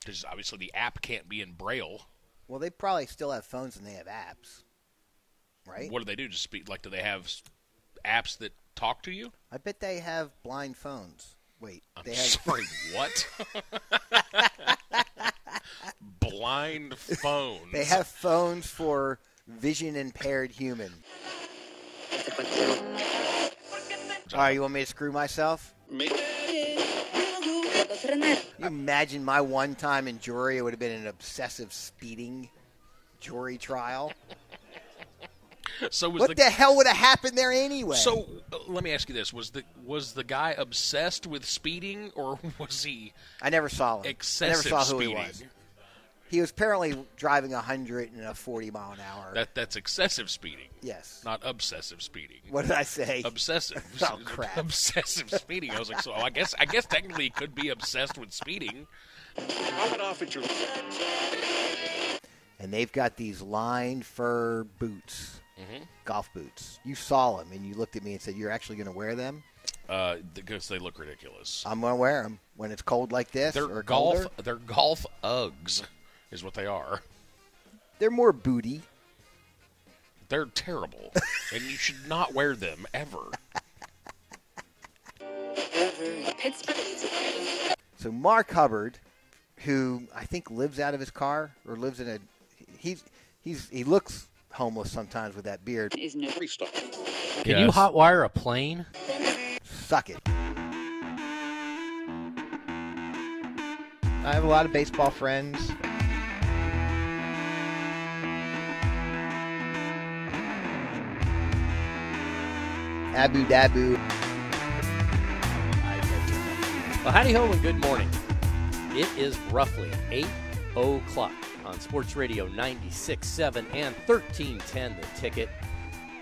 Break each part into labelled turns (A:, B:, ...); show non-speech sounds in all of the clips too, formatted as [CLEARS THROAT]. A: Because obviously the app can't be in Braille.
B: Well, they probably still have phones and they have apps, right?
A: What do they do? Just speak like do they have s- apps that talk to you?
B: I bet they have blind phones. Wait,
A: I'm
B: they have
A: [LAUGHS] sorry,
B: [LAUGHS]
A: what? Blind phones.
B: they have phones for vision impaired human. All right, you want me to screw myself? You imagine my one time in jury it would have been an obsessive speeding jury trial.
A: so was
B: What
A: the,
B: the, hell would have happened there anyway?
A: so uh, let me ask you this: was the was the guy obsessed with speeding, or [LAUGHS] was he
B: I never saw him. I never
A: excessive
B: saw who
A: speeding?
B: he was. He was apparently driving 100 and a 40 mile an hour.
A: That that's excessive speeding,
B: yes.
A: not obsessive speeding.
B: [LAUGHS] What did I say?
A: Obsessive.
B: Oh, crap.
A: [LAUGHS] Obsessive speeding. I was like, so I guess I guess technically he could be obsessed with speeding.
B: and they've got these lined fur boots,
A: Mm-hmm.
B: golf boots. You saw them and you looked at me and said, "You're actually going to wear them?"
A: Uh, because they look ridiculous.
B: I'm going to wear them when it's cold like this
A: They're
B: or
A: golf.
B: colder.
A: They're golf Uggs, is what they are.
B: They're more booty.
A: They're terrible, and you should not wear them ever.
B: So Mark Hubbard, who I think lives out of his car or lives in a, he's he's he looks homeless sometimes with that beard.
C: Can you hotwire a plane?
B: Suck it. I have a lot of baseball friends. Abu Dabu.
C: Well, howdy ho and good morning. It is roughly 8 o'clock on Sports Radio 96.7 and 1310 The Ticket.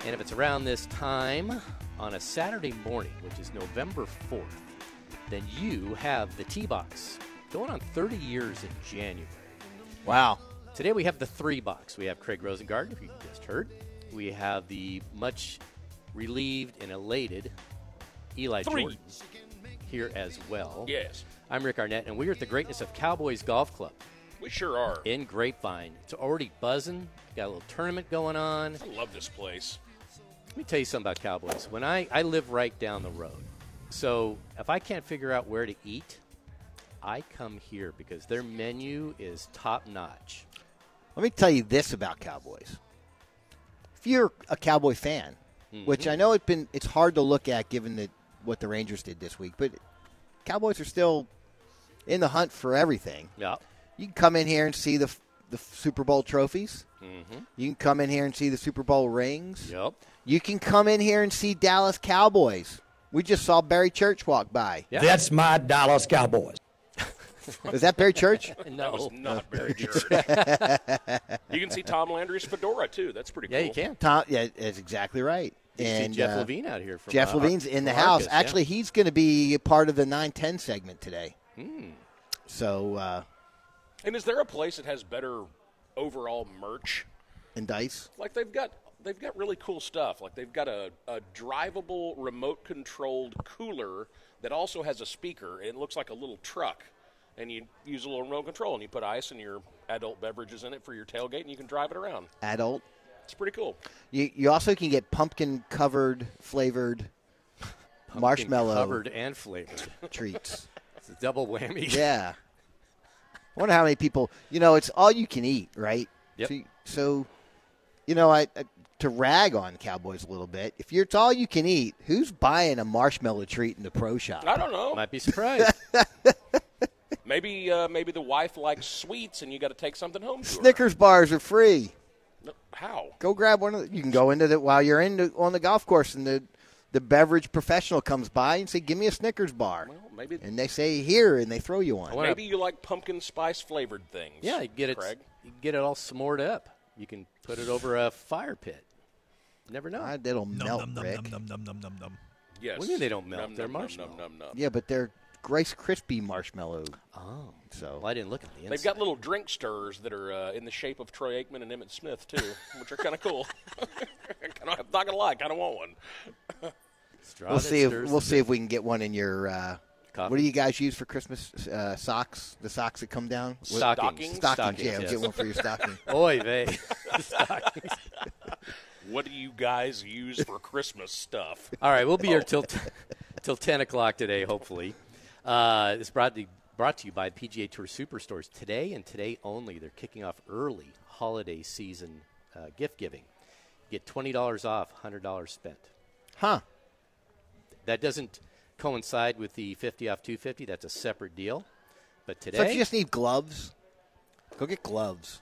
C: And if it's around this time on a Saturday morning, which is November 4th, then you have the T-Box going on 30 years in January.
B: Wow.
C: Today we have the three box. We have Craig Rosengarten, if you just heard. We have the much relieved and elated Eli
A: Three.
C: Jordan here as well.
A: Yes,
C: I'm Rick Arnett, and we're at the Greatness of Cowboys Golf Club
A: we sure are.
C: in Grapevine. It's already buzzing. Got a little tournament going on.
A: I love this place.
C: Let me tell you something about Cowboys. When I, I live right down the road, so if I can't figure out where to eat, I come here because their menu is top notch.
B: Let me tell you this about Cowboys. If you're a Cowboy fan, which I know it's been it's hard to look at given that what the Rangers did this week, but Cowboys are still in the hunt for everything.
C: Yeah.
B: You can come in here and see the the Super Bowl trophies. Mm-hmm. You can come in here and see the Super Bowl rings.
C: Yep.
B: You can come in here and see Dallas Cowboys. We just saw Barry Church walk by.
C: Yeah.
D: That's my Dallas Cowboys.
B: Is that Barry
C: [LAUGHS]
B: Church?
C: No.
A: That was not very church. you can see Tom Landry's fedora too. That's pretty
C: Yeah,
A: cool.
C: you can.
B: Tom, yeah, that's exactly right.
C: You can
B: and
C: see Jeff
B: uh,
C: Levine out here. From,
B: Jeff
C: uh,
B: Levine's in the
C: from
B: house.
C: Arcus, yeah.
B: Actually, he's going to be a part of the 910 segment today.
C: Hmm.
B: So, uh,
A: And is there a place that has better overall merch?
B: and Dice.
A: Like they've got they've got really cool stuff. Like they've got a, a drivable remote controlled cooler that also has a speaker and it looks like a little truck. And you use a little remote control and you put ice and your adult beverages in it for your tailgate and you can drive it around.
B: Adult.
A: It's pretty cool.
B: You, you also can get pumpkin covered
C: [LAUGHS]
B: flavored marshmallow
C: covered [LAUGHS] and flavored.
B: treats.
C: It's a double whammy.
B: Yeah. I wonder how many people, you know, it's all you can eat, right?
C: Yep.
B: So, you- so, you know, I, I to rag on Cowboys a little bit. If you're, it's all you can eat, who's buying a marshmallow treat in the pro shop?
A: I don't know.
C: [LAUGHS] Might
B: [LAUGHS]
C: be surprised.
A: Maybe uh, maybe the wife likes sweets and you got to take something home. To her.
B: Snickers bars are free.
A: No, How?
B: go grab one of the, you can go into the while you're in the, on the golf course and the the beverage professional comes by and say give me a snickers bar
A: Well, maybe
B: and they say here and they throw you one
C: wanna-
A: maybe you like pumpkin spice flavored things.
C: yeah, you get it.
A: Craig.
C: You get it all s'mored up. You can put it over a fire pit. You never know.
B: God, that'll melt rick
A: Yes.
C: What do you mean they don't melt?
A: Num,
C: They're
A: num, num,
C: marshmallow.
A: num, num.
B: yeah but they're rice crispy marshmallow
C: oh,
B: so
C: well, I didn't look at the inside.
A: They've got little drink stirrers that are uh, in the shape of Troy Aikman and Emmett Smith too, which are kind of cool. [LAUGHS] I'm not gonna lie, kind of want one.
C: Straw
B: we'll
C: that
B: see if
C: stirs
B: we'll
C: the
B: see if we can get one in your uh,
C: coffee.
B: What do you guys use for Christmas uh, socks? The socks that come down? What-
A: Stockings?
C: stockings?
B: Stocking
C: Stockings,
B: jams.
A: [LAUGHS]
C: yes.
B: Get one for your stocking.
C: Oy vey. Stockings.
A: What do you guys use for Christmas stuff?
C: [LAUGHS] All right, we'll be
A: Oh.
C: here till [LAUGHS] till ten o'clock today, hopefully. Uh, it's brought to, brought to you by PGA Tour Superstores today and today only. They're kicking off early holiday season uh, gift giving. Get twenty dollars off, hundred dollars spent.
B: Huh.
C: That doesn't coincide with the fifty off two fifty. That's a separate deal. But today,
B: So if you just need gloves, go get gloves.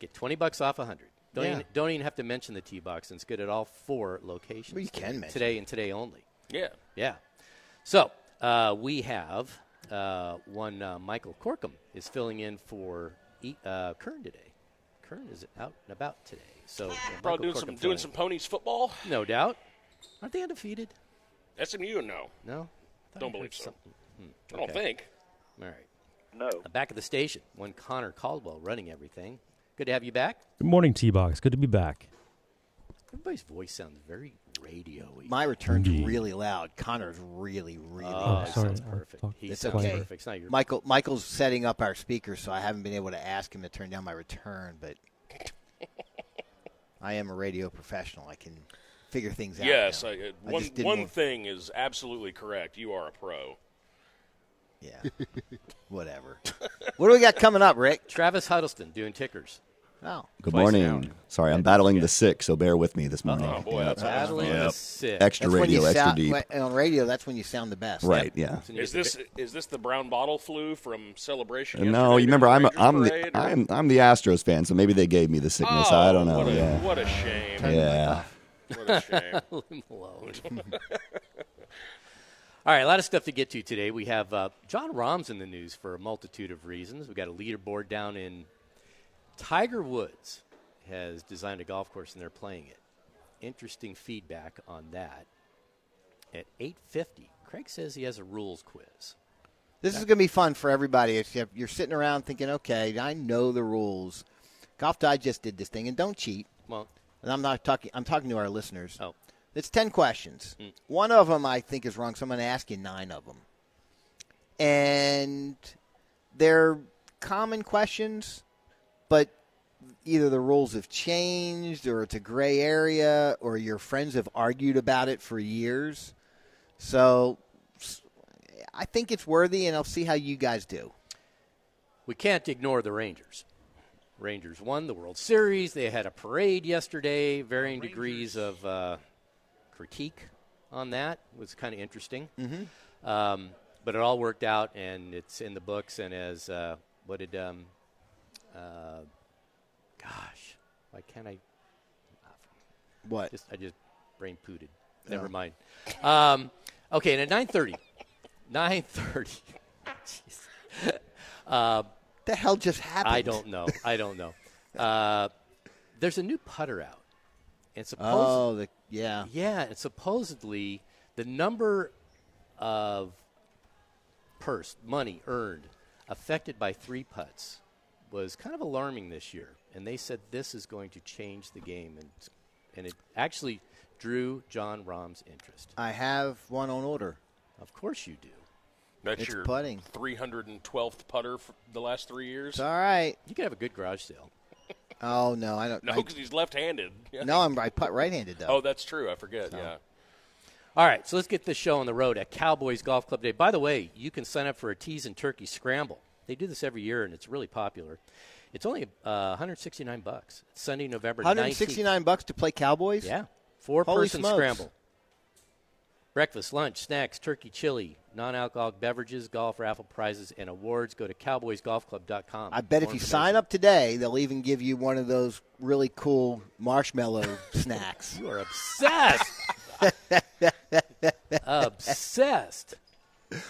C: get twenty bucks off a hundred. Don't
B: Yeah.
C: even, don't even have to mention the tee box, and it's good at all four locations.
B: Well, you can mention
C: today and today only.
A: Yeah.
C: Yeah. So uh, we have uh, one. Uh, Michael Corkum is filling in for E- uh, Kern today. Kern is out and about today. So uh, Michael
A: Probably doing
C: Corkum
A: some
C: filling
A: doing
C: in.
A: some ponies football.
C: No doubt. Aren't they undefeated?
A: SMU, no,
C: No. Thought I
A: Don't
C: heard
A: believe so.
C: something.
A: I don't
C: Okay.
A: think.
C: All right.
E: No.
C: Uh, Back at the station, one Connor Caldwell running everything. Good to have you back.
F: Good morning, T Box. Good to be back.
C: Everybody's voice sounds very radio-y.
B: My return's really loud. Connor's really, really
C: Oh,
B: loud.
C: he
F: sorry.
C: sounds
F: I
C: perfect.
F: thought-
C: He
B: It's
C: sounds
B: okay.
C: perfect. It's not your
B: Michael Michael's setting up our speakers, so I haven't been able to ask him to turn down my return,
A: [LAUGHS]
B: but I am a radio professional. I can figure things out.
A: Yes,
B: now.
A: I, uh,
B: I
A: one
B: just didn't
A: one
B: want-
A: thing is absolutely correct. You are a pro.
B: Yeah. Whatever. What do we got coming up, Rick?
C: Travis Huddleston doing tickers.
B: Oh.
G: Good
C: Twice an
G: morning. Sorry, I'm battling the sick, so bear with me this morning.
A: Oh, boy,
G: Yeah.
A: that's-
C: Battling the
G: Yep.
C: sick.
G: Extra
B: That's when
G: radio,
B: you
G: extra
B: sound,
G: deep.
B: when- On radio, that's when you sound the best.
G: Right, yeah.
A: Is this is this the brown bottle flu from celebration?
G: No,
A: yesterday
G: you remember
A: during
G: I'm
A: the
G: I'm
A: Ranger
G: the,
A: Parade, or-
G: I'm I'm the Astros fan, so maybe they gave me the sickness.
A: Oh,
G: I don't know.
A: What a,
G: yeah.
A: what a shame. uh,
G: yeah.
A: What a shame.
C: Leave him alone. [LAUGHS] All right, a lot of stuff to get to today. We have uh, John Rahm's in the news for a multitude of reasons. We've got a leaderboard down in Tiger Woods has designed a golf course and they're playing it. Interesting feedback on that. At 8:50, Craig says he has a rules quiz.
B: This is going to be fun for everybody. It's, you're sitting around thinking, okay, I know the rules. Golf Digest did this thing, and don't cheat.
C: Well,
B: And I'm not talking. I'm talking to our listeners.
C: Oh. Mm.
B: it's ten questions. One of them I think is wrong, so I'm going to ask you nine of them. And they're common questions, but either the rules have changed, or it's a gray area, or your friends have argued about it for years. So s- I think it's worthy, and I'll see how you guys do.
C: we can't ignore the Rangers. Rangers won the World Series. They had a parade yesterday, varying degrees of uh, critique on that. It was kind of interesting. Mm-hmm. Um, but it all worked out, and it's in the books. And as uh, what did, um, uh, gosh, why can't I?
B: What?
C: Just I just brain pooted. Never mind. Um, okay, and at nine thirty, nine thirty.
B: the hell just happened?
C: I don't know. I don't know. Uh, there's a new putter out, and supposedly,
B: Oh, the, yeah.
C: yeah, and supposedly the number of purse money earned affected by three putts was kind of alarming this year, and they said this is going to change the game, and and it actually drew John Rahm's interest.
B: I have one on order.
C: Of course, you do.
A: That's
B: It's
A: your
B: putting.
A: 312th putter for the last three years?
B: It's all right.
C: You could have a good garage sale.
B: Oh no, I don't.
A: No,
B: I-
A: because he's left-handed.
B: no, I'm I putt right-handed though.
A: Oh, that's true. I forget. Yeah.
C: All right, so let's get this show on the road at Cowboys Golf Club Day. By the way, you can sign up for a Tees and Turkey Scramble. They do this every year, and it's really popular. It's only uh, 169 bucks. It's Sunday, November 19th.
B: 169 bucks to play Cowboys.
C: Yeah, four
B: Holy
C: person
B: smokes.
C: scramble. Breakfast, lunch, snacks, turkey, chili, non-alcoholic beverages, golf raffle prizes, and awards. Go to cowboysgolfclub.com.
B: I bet if you sign up today, they'll even give you one of those really cool [LAUGHS] marshmallow snacks.
C: you are obsessed. [LAUGHS] obsessed.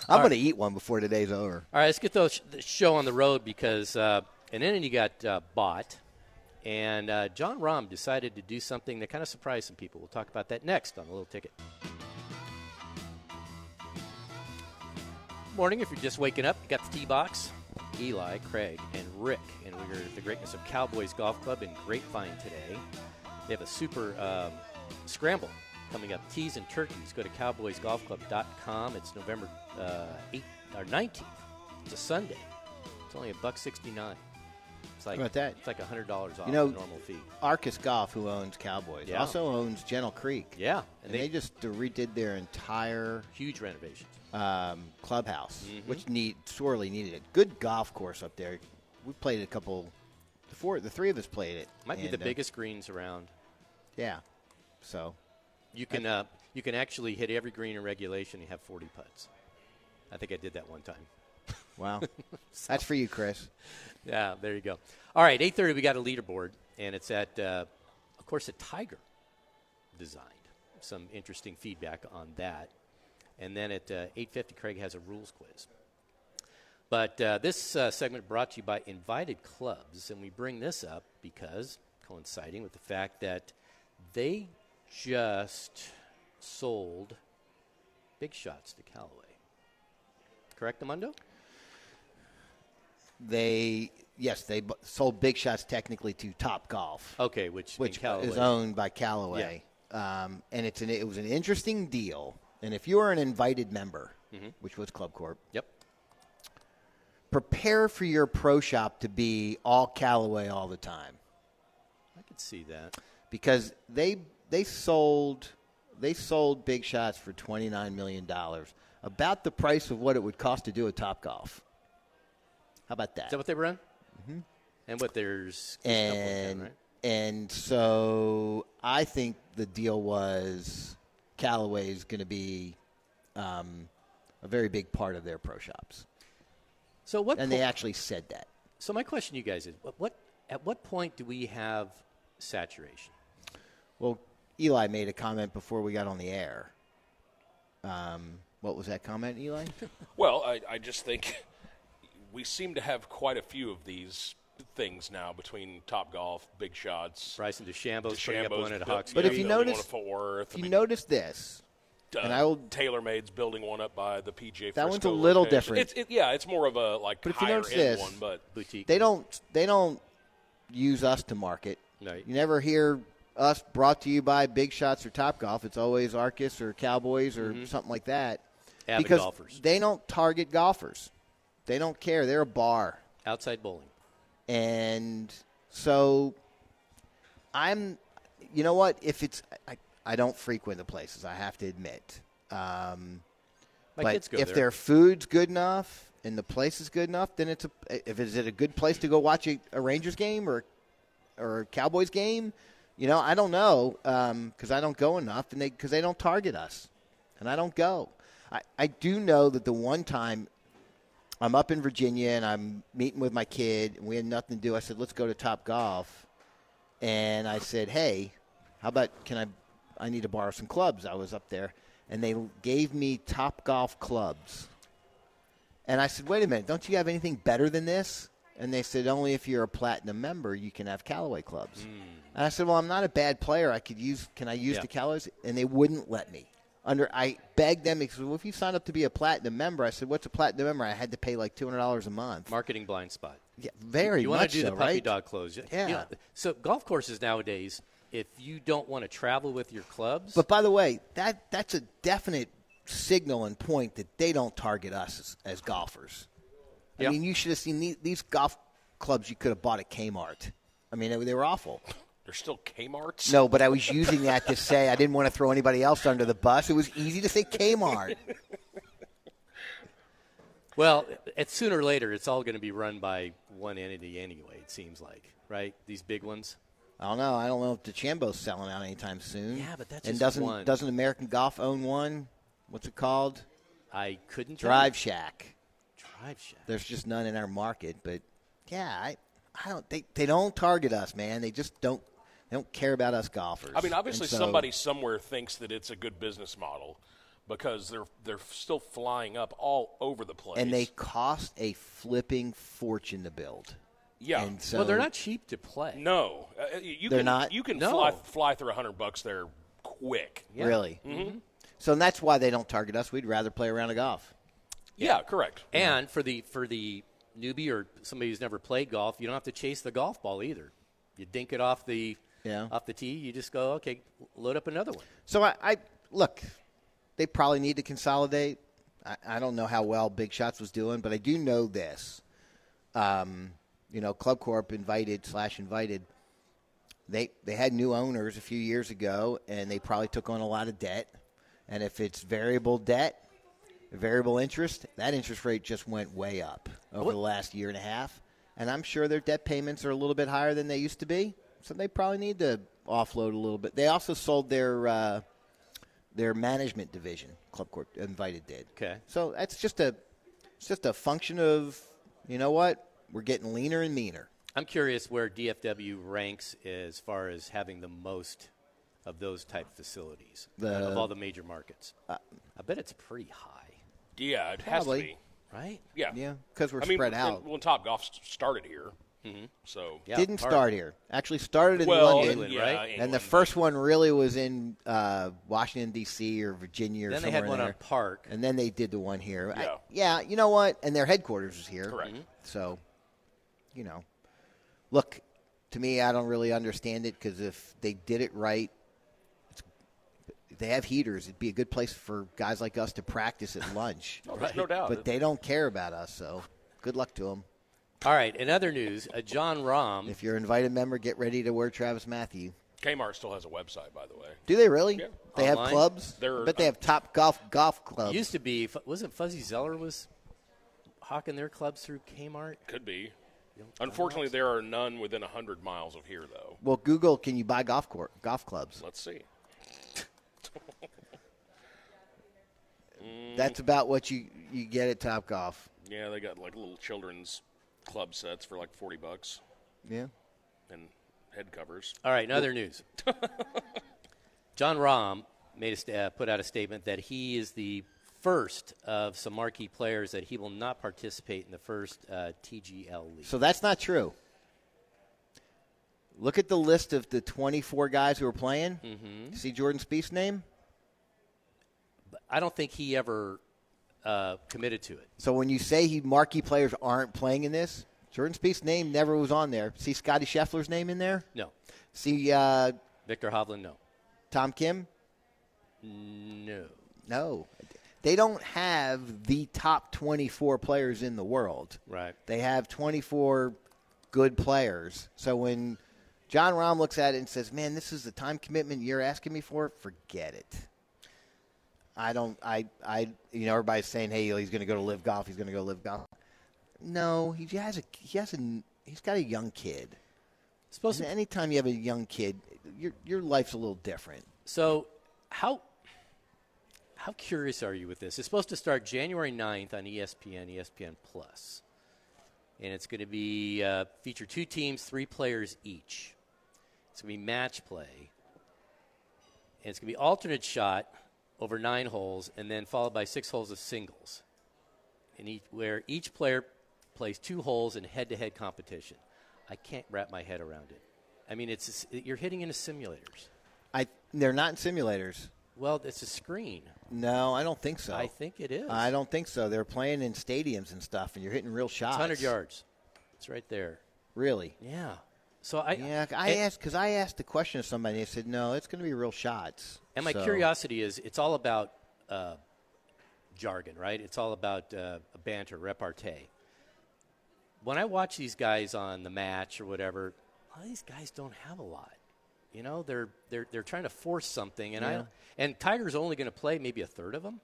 B: I'm going to eat one before today's over.
C: All right, let's get those the show on the road because uh, an entity got uh, bought, and uh, John Rahm decided to do something that kind of surprised some people. We'll talk about that next on the little ticket. Morning, if you're just waking up, you got the T box, Eli, Craig, and Rick, and we're at the greatness of Cowboys Golf Club in Grapevine today. They have a super um, scramble coming up. Teas and turkeys. Go to cowboysgolfclub.com. It's November uh, 8th or 19th. It's a Sunday. It's only a buck 69. It's like
B: How about that?
C: It's like $100 off
B: You know-
C: the normal fee.
B: Arcus Golf, who owns Cowboys,
C: Yeah.
B: also owns Gentle Creek.
C: Yeah, and
B: and
C: they-
B: they, just redid their entire
C: Huge renovations.
B: um, clubhouse, which need sorely needed it. Good golf course up there. We played a couple. The four, the three of us played it.
C: Might be
B: and,
C: the
B: uh,
C: biggest greens around.
B: yeah. So
C: You can uh, you can actually hit every green in regulation and have 40 putts. I think I did that one time.
B: wow, [LAUGHS] that's for you, Chris.
C: Yeah, there you go. All right, 8:30 we got a leaderboard and it's at uh, of course a tiger designed. Some interesting feedback on that. And then at uh, 8:50 Craig has a rules quiz. But uh, this uh, segment brought to you by Invited Clubs, and we bring this up because coinciding with the fact that they just sold big shots to Callaway. Correct, Amundo?
B: They yes, they bu- sold Big Shots technically to Top Golf,
C: Okay, which Oh, in
B: which
C: Callaway,
B: is owned by Callaway, um, and it's an, it was an interesting deal. And if you are an invited member,
C: Mm-hmm.
B: which was Club Corp,
C: Yep.
B: prepare for your pro shop to be all Callaway all the time
C: I could see that.
B: because they they sold they sold big shots for twenty nine million dollars, about the price of what it would cost to do a Top Golf. How about that?
C: Is that what they run? Mm-hmm. And what there's a couple of them,
B: and
C: right?
B: and so I think the deal was Callaway is going to be um, a very big part of their pro shops,
C: So what?
B: and
C: po-
B: they actually said that.
C: so my question to you guys is: what, what at what point do we have saturation?
B: Well, Eli made a comment before we got on the air. Um, what was that comment, Eli?
A: Well, I, I just think we seem to have quite a few of these things now between Top Golf, Big Shots,
C: Bryson DeChambeau's putting up
A: DeChambeau's
C: one at
A: built-
C: Hawks.
B: But
A: yeah,
B: if you
A: building one
B: notice-
A: at Fort Worth,
B: if
A: I
B: you
A: mean,
B: notice this,
A: uh,
B: and I will-
A: TaylorMade's building one up by the PJ.
B: That one's a
A: Frisco
B: little
A: location.
B: different.
A: It's, it, yeah, it's more of a like
B: But if you
A: higher
B: notice
A: end
B: this-
A: one, but
C: boutique.
B: they don't they don't use us to market.
C: Right.
B: You never hear us brought to you by Big Shots or Top Golf. It's always Arcus or Cowboys or
C: Mm-hmm.
B: something like that.
C: Avid
B: because
C: golfers.
B: they don't target golfers. They don't care. They're a bar.
C: outside bowling.
B: And so I'm, you know what? If it's, I, I don't frequent the places, I have to admit. Um,
C: My
B: but
C: kids go
B: if
C: there.
B: their food's good enough and the place is good enough, then it's a, if is it a good place to go watch a, a Rangers game or, or a Cowboys game? You know, I don't know because I don't go enough and they, because they don't target us and I don't go. I, I do know that the one time I'm up in Virginia and I'm meeting with my kid and we had nothing to do. I said, let's go to Top Golf. And I said, hey, how about can I, I need to borrow some clubs. I was up there and they gave me Top Golf clubs. And I said, wait a minute, don't you have anything better than this? And they said, only if you're a platinum member, you can have Callaway clubs. And I said, well, I'm not a bad player. I could use, can I use
C: Hmm. Yeah.
B: the Callaways? And they wouldn't let me. Under, I begged them because well, if you sign up to be a platinum member, I said, what's a platinum member? I had to pay like two hundred dollars a month.
C: Marketing blind spot.
B: yeah, very
C: you wanna
B: much
C: do
B: so,
C: the puppy
B: right?
C: dog clothes. You
B: Yeah.
C: know, so golf courses nowadays, if you don't want to travel with your clubs,
B: But by the way, that that's a definite signal and point that they don't target us as, as golfers. I
C: Yeah.
B: mean, you should have seen these, these golf clubs you could have bought at Kmart. I mean, they, they were awful.
A: there's still Kmart's.
B: No, but I was using that to say I didn't want to throw anybody else under the bus. It was easy to say Kmart.
C: Well, it's sooner or later, it's all going to be run by one entity anyway. It seems like, right? These big ones.
B: I don't know. I don't know if DeChambeau's selling out anytime soon.
C: Yeah, but that's
B: and
C: just
B: doesn't
C: one.
B: doesn't American Golf own one? What's it called?
C: I couldn't tell
B: Drive
C: you.
B: Shack.
C: Drive shaft.
B: There's just none in our market, but yeah, I, I don't. They they don't target us, man. They just don't. They don't care about us golfers.
A: I mean, obviously,
B: And so-
A: somebody somewhere thinks that it's a good business model because they're they're still flying up all over the place.
B: and they cost a flipping fortune to build.
A: yeah,
B: And so
C: well, they're not cheap to play.
A: no, uh, you you
B: They're
A: can,
B: not?
A: You can
C: No.
A: fly fly through a hundred bucks there quick. Yeah,
B: really. Mm-hmm. So that's why they don't target us. We'd rather play a round of golf.
A: correct.
C: And for the for the newbie or somebody who's never played golf, you don't have to chase the golf ball either. You dink it off the
B: Yeah.
C: off the tee, you just go, okay, load up another one.
B: So I, I look, they probably need to consolidate. I, I don't know how well Big Shots was doing, but I do know this. Um, you know, Club Corp invited slash invited. They they had new owners a few years ago, and they probably took on a lot of debt. And if it's variable debt, variable interest, that interest rate just went way up over the last year and a half. And I'm sure their debt payments are a little bit higher than they used to be. So they probably need to offload a little bit. They also sold their uh, their management division, Club Corp Invited did.
C: Okay.
B: So that's just a it's just a function of you know what? We're getting leaner and meaner.
C: I'm curious where DFW ranks as far as having the most of those type facilities
B: The- Uh,
C: out of all the major markets. I bet it's pretty high,
A: Yeah, it
B: Probably.
A: has to be.
C: right?
A: Yeah.
B: Yeah, because we're
A: I mean,
B: spread
A: when-
B: out.
A: When Top Golf started here, mm-hmm, so
C: Yeah,
B: Didn't
C: hard.
B: start here. Actually started in
A: well,
B: London.
C: England,
A: yeah,
C: right?
B: And the
A: England.
B: first one really was in uh, Washington D.C. or Virginia or
C: Then they
B: somewhere
C: had
B: in
C: one
B: there.
C: on Park.
B: and then they did the one here. I-
A: Yeah.
B: yeah, you know what? And their headquarters is here.
A: Correct.
C: Mm-hmm.
A: Mhm.
B: So, you know, look, to me, I don't really understand it because if they did it right, it's, they have heaters. It'd be a good place for guys like us to practice at lunch.
A: Oh, there's no doubt.
B: but they don't care about us, so good luck to them.
C: All right. In other news, uh, John Rahm.
B: If you're an invited member, get ready to wear Travis Matthew.
A: Kmart still has a website, by the way.
B: Do they really?
A: Yeah.
B: They have
C: Online?
B: clubs.
A: They're-
B: but they have top golf golf clubs.
C: used to be Fu- wasn't Fuzzy Zeller was hawking their clubs through Kmart?
A: Could be. Unfortunately, there are none within hundred miles of here, though.
B: well, Google, can you buy golf court golf clubs?
A: Let's see.
B: That's about what you you get at Top Golf.
A: Yeah, they got like little children's club sets for like forty bucks
B: Yeah.
A: and head covers.
C: All right, in
B: [LAUGHS]
C: other news, John Rahm made a st- uh, put out a statement that he is the first of some marquee players that he will not participate in the first uh, TGL league.
B: So that's not true. Look at the list of the 24 guys who are playing. Mm-hmm. See Jordan Spieth's name.
C: I don't think he ever uh, committed to it.
B: So when you say he marquee players aren't playing in this, Jordan Spieth's name never was on there. See Scotty Scheffler's name in there.
C: No,
B: See uh,
C: Victor Hovland, no,
B: Tom Kim.
C: no.
B: No, they don't have the top 24 players in the world.
C: Right.
B: They have 24 good players. So when John Rahm looks at it and says, "Man, this is the time commitment you're asking me for," forget it. I don't. I. I. You know, everybody's saying, "Hey, he's going to go to live golf. He's going to go live golf." No, he has a. He has a. He's got a young kid.
C: Supposed
B: And
C: to,
B: anytime you have a young kid, your your life's a little different.
C: so how how curious are you with this? It's supposed to start January 9th on E ESPN, ESPN Plus. and it's going to be uh, feature two teams, three players each. It's going to be match play, and it's going to be alternate shot over nine holes, and then followed by six holes of singles, and each, where each player plays two holes in head-to-head competition. I can't wrap my head around it. I mean, it's you're hitting into simulators.
B: I. They're not in simulators.
C: Well, it's a screen.
B: No, I don't think so.
C: I think it is.
B: I don't think so. They're playing in stadiums and stuff, and you're hitting real shots.
C: It's 100 yards. It's right there.
B: Really?
C: Yeah. So I
B: Yeah, I
C: and-
B: asked because I asked the question of somebody. They said, "No, it's going to be real shots."
C: And my
B: So-
C: curiosity is, it's all about uh, jargon, right? It's all about uh, banter, repartee. When I watch these guys on the match or whatever, a lot of these guys don't have a lot. You know, they're they're they're trying to force something, and I don't- and Tiger's only going to play maybe a third of them.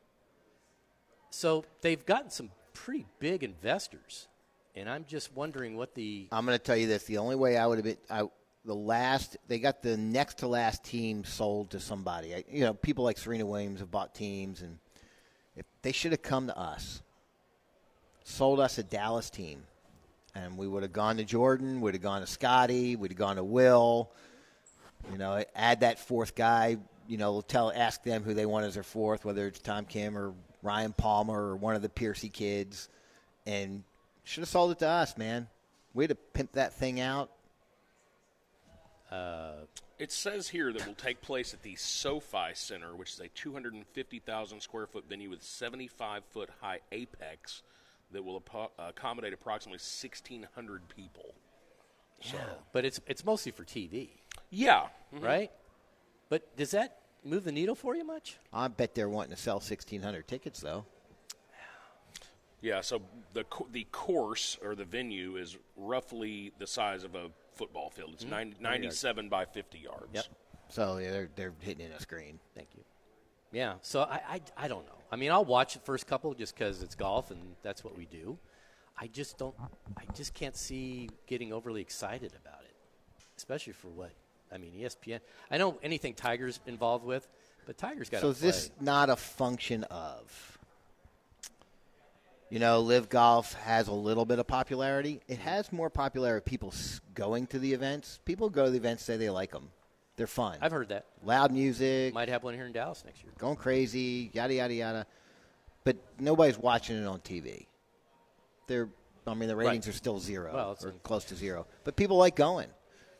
C: So they've gotten some pretty big investors, and I'm just wondering what the
B: I'm going to tell you this: the only way I would have been, I, the last they got the next to last team sold to somebody. I, you know, people like Serena Williams have bought teams, and if they should have come to us, sold us a Dallas team, and we would have gone to Jordan, would have gone to Scotty, would have gone to Will. You know, add that fourth guy. You know, tell ask them who they want as their fourth, whether it's Tom Kim or Ryan Palmer or one of the Piercy kids, and should have sold it to us, man. We'd have pimped that thing out.
A: It says here that will take place at the SoFi Center, which is a 250,000 square foot venue with 75 foot high apex that will apo- accommodate approximately 1,600 people. So,
C: But it's it's mostly for TV,
A: yeah.
C: right? But does that move the needle for you much?
B: I bet they're wanting to sell 1,600 tickets, though.
A: Yeah, so the co- the course or the venue is roughly the size of a football field. It's 90, 97 by 50 yards.
B: So yeah, they're, they're hitting in a screen.
C: Thank you. Yeah, so I, I, I don't know. I mean, I'll watch the first couple just because it's golf and that's what we do. I just don't, I just can't see getting overly excited about it, especially for what, I mean, E ESPN. I know anything Tiger's involved with, but Tiger's got
B: So
C: to
B: is
C: play.
B: this not a function of, you know, Live Golf has a little bit of popularity. It
C: Mm-hmm.
B: has more popularity of people s- going to the events. People go to the events say they like them. They're fun.
C: I've heard that.
B: loud music,
C: Might have one here in Dallas next year.
B: going crazy, yada yada yada. But nobody's watching it on TV. They're, I mean, the ratings are still zero
C: Well, it's
B: or
C: un-
B: close to zero. But people like going.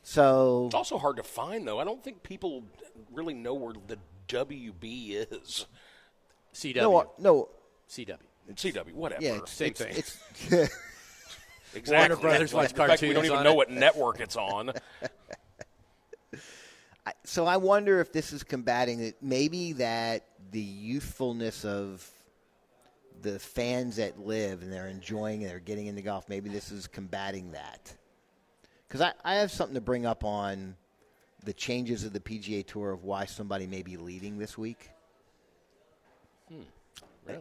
B: So
A: It's also hard to find, though. I don't think people really know where the WB is.
C: CW.
B: no, no,
C: CW.
A: CW, whatever.
B: yeah, it's,
A: Same
B: it's,
A: thing.
C: [LAUGHS]
B: it's
A: exactly.
C: Warner Brothers
A: Like,
C: watch
A: in fact, we
C: cartoons
A: don't even
C: on
A: know
C: it.
A: what network it's on.
B: so I wonder if this is combating it. Maybe that the youthfulness of the fans that live and they're enjoying and they're getting into golf. Maybe this is combating that. Because I, I have something to bring up on the changes of the PGA Tour of why somebody may be leading this week.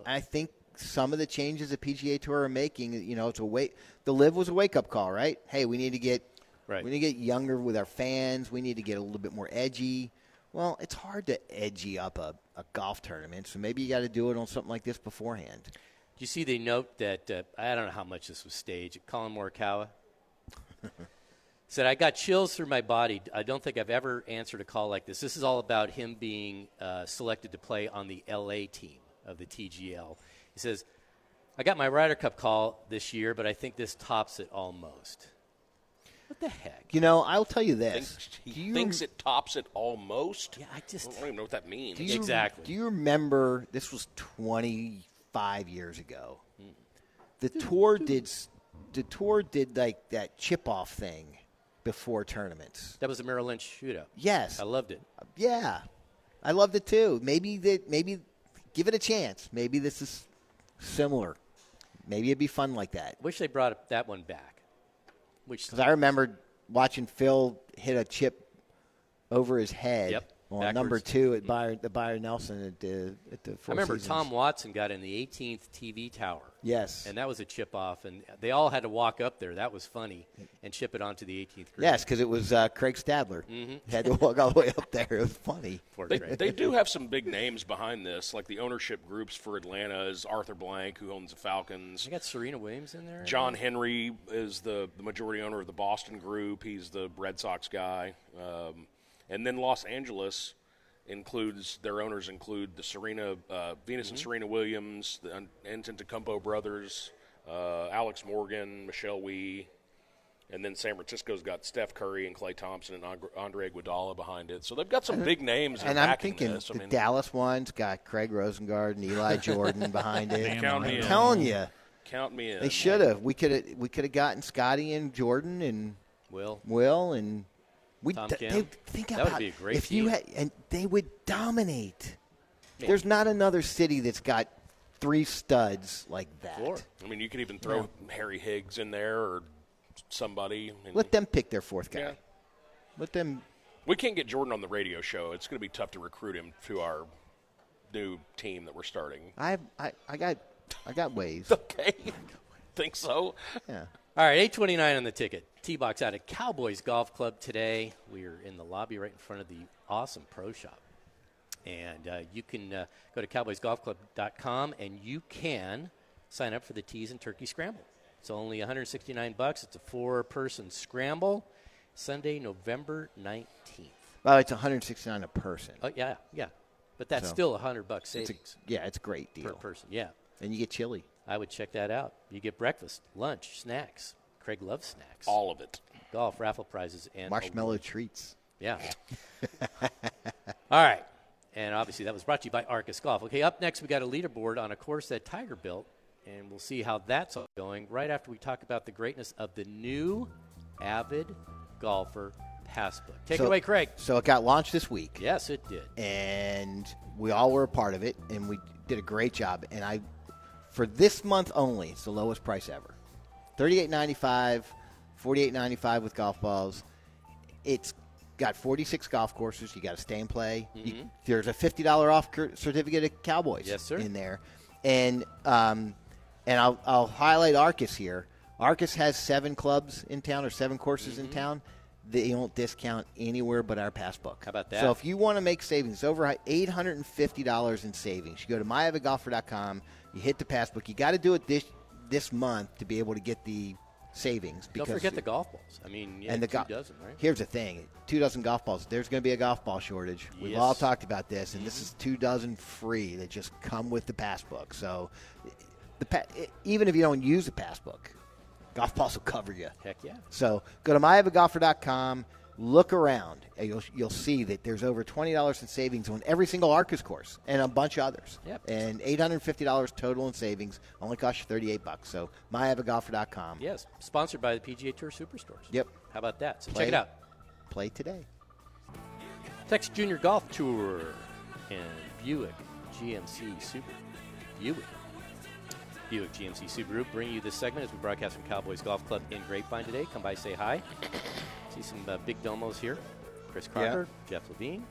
B: I think some of the changes the PGA Tour are making, you know, it's a wake. The live was a wake up call, right? Hey, we need to get,
C: Right.
B: We need to get younger with our fans. We need to get a little bit more edgy. Well, it's hard to edgy up a, a golf tournament, so maybe you got to do it on something like this beforehand.
C: Do you see the note that uh, I don't know how much this was staged? Colin Morikawa said, "I got chills through my body. I don't think I've ever answered a call like this. This is all about him being uh, selected to play on the LA team of the TGL." He says, "I got my Ryder Cup call this year, but I think this tops it almost." What the heck?
B: You know, I'll tell you this.
A: Thinks-
B: Do
A: he
B: you
A: thinks it tops it almost.
C: Yeah, I just-
A: don't even know what that means.
B: Do you- [LAUGHS]
C: Exactly.
B: Do you remember this was 25 years ago?
C: Hmm.
B: The tour did s- the tour did like that chip off thing before tournaments.
C: That was a Merrill Lynch shootout.
B: Yes.
C: I loved it.
B: Yeah. I loved it too. Maybe that maybe give it a chance. Maybe this is similar. Maybe it'd be fun like that.
C: Wish they brought that one back. Which
B: Cuz I remember watching Phil hit a chip over his head
C: Yep.
B: on number
C: Backwards. Hmm.
B: 2 at Byron the Byron Nelson at the at the
C: I
B: Four
C: remember
B: Seasons.
C: Tom Watson got in the 18th TV tower.
B: Yes.
C: And that was a chip off, and they all had to walk up there. That was funny, and chip it onto the 18th green.
B: Mm. Yes, because it was uh, Craig Stadler. [LAUGHS]
C: Mm-hmm.
B: Had to walk all the way up there. It was funny.
C: Poor
A: They,
B: [LAUGHS]
C: Craig.
A: they do have some big names behind this, like the ownership groups for Atlanta is Arthur Blank, who owns the Falcons.
C: They got Serena Williams in there.
A: John Henry is the, the majority owner of the Boston Group. He's the Red Sox guy. Um, and then Los Angeles includes their owners include the Serena uh, Venus
B: Mm-hmm.
A: and Serena Williams, the An- Antetokounmpo brothers, uh, Alex Morgan, Michelle Wee. And then San Francisco's got Steph Curry and Clay Thompson and Ang- Andre Iguodala behind it, so they've got some big names. in
B: And I'm
A: backing
B: thinking
A: this. I
B: the
A: mean,
B: Dallas one's got Craig Rosengard and
C: [LAUGHS]
B: Eli Jordan behind it.
A: Count me
B: I'm
A: in.
B: telling you,
A: count me in.
B: they should have. We could have. We could have gotten Scotty and Jordan and
C: Will.
B: Will and we.
C: Tom
B: d-
C: Kim.
B: they, think
C: That would
B: about
C: be a great
B: if you
C: team.
B: had, and they would dominate. There's not another city that's got three studs like that.
C: Floor.
A: I mean, you could even throw Harry Higgs in there or somebody. and-
B: Let them pick their fourth guy.
A: Yeah.
B: Let them
A: We can't get Jordan on the radio show. It's going to be tough to recruit him to our new team that we're starting.
B: I I I got I got ways.
A: Okay. [LAUGHS] Think so?
B: yeah.
C: All right, 829 on the ticket. T-Box out at Cowboys Golf Club today. We are in the lobby right in front of the awesome pro shop. And uh, you can uh, go to cowboysgolfclub.com and you can sign up for the Tees and Turkey Scramble. It's only 169 bucks. It's a four-person scramble, Sunday, November 19th.
B: Well, it's 169 a person.
C: Oh yeah, yeah. But that's
B: So-
C: still 100 bucks
B: It's a,
C: savings
B: yeah, it's a great
C: per
B: deal.
C: person. Yeah.
B: And you get chili.
C: I would check that out. You get breakfast, lunch, snacks. Craig loves snacks.
A: All of it.
C: golf raffle prizes and
B: Marshmallow treats.
C: Yeah. All right. And obviously that was brought to you by Arcus Golf. Okay, up next we got a leaderboard on a course that Tiger built, and we'll see how that's all going right after we talk about the greatness of the new Avid Golfer Passbook. Take
B: So-
C: it away, Craig.
B: So it got launched this week.
C: Yes, it did.
B: and we all were a part of it, and we did a great job. And I, for this month only, it's the lowest price ever, thirty eight ninety five, forty eight ninety five with golf balls. It's got forty six golf courses. You got to stay and play. You- there's a fifty dollar off cur- certificate at Cowboys.
C: Mm-hmm. Yes, sir.
B: In there, and um, and I'll I'll highlight Arcus here. Arcus has seven clubs in town or seven courses
C: Mm-hmm.
B: in town. They don't discount anywhere but our passbook.
C: How about that?
B: So if you want to make savings, over eight hundred and fifty dollars in savings. You go to myavagolfer.com. You hit the passbook. You got to do it this this month to be able to get the savings.
C: Don't forget the golf balls. I mean, yeah,
B: and the
C: two
B: go-
C: dozen, right?
B: Here's the thing: two dozen golf balls. There's going to be a golf ball shortage. We've
C: Yes. Mm-hmm.
B: all talked about this, and this is two dozen free that just come with the passbook. So, the pa- e, even if you don't use the passbook, golf balls will cover you.
C: Heck yeah.
B: So go to myavagolfer.com, look around, and you'll you'll see that there's over twenty dollars in savings on every single Arcus course and a bunch of others.
C: Yep.
B: And eight hundred fifty dollars total in savings only costs you thirty eight bucks. So myavagolfer.com.
C: Yes, sponsored by the PGA Tour Superstores.
B: Yep.
C: How about that? So
B: Play-
C: check it out.
B: Play today.
C: Texas Junior Golf Tour and Buick GMC Super. Buick. Buick GMC Subaru bring you this segment as we broadcast from Cowboys Golf Club in Grapevine today. Come by, say hi. See some uh, big domos here. Chris Crocker, Jeff Levine,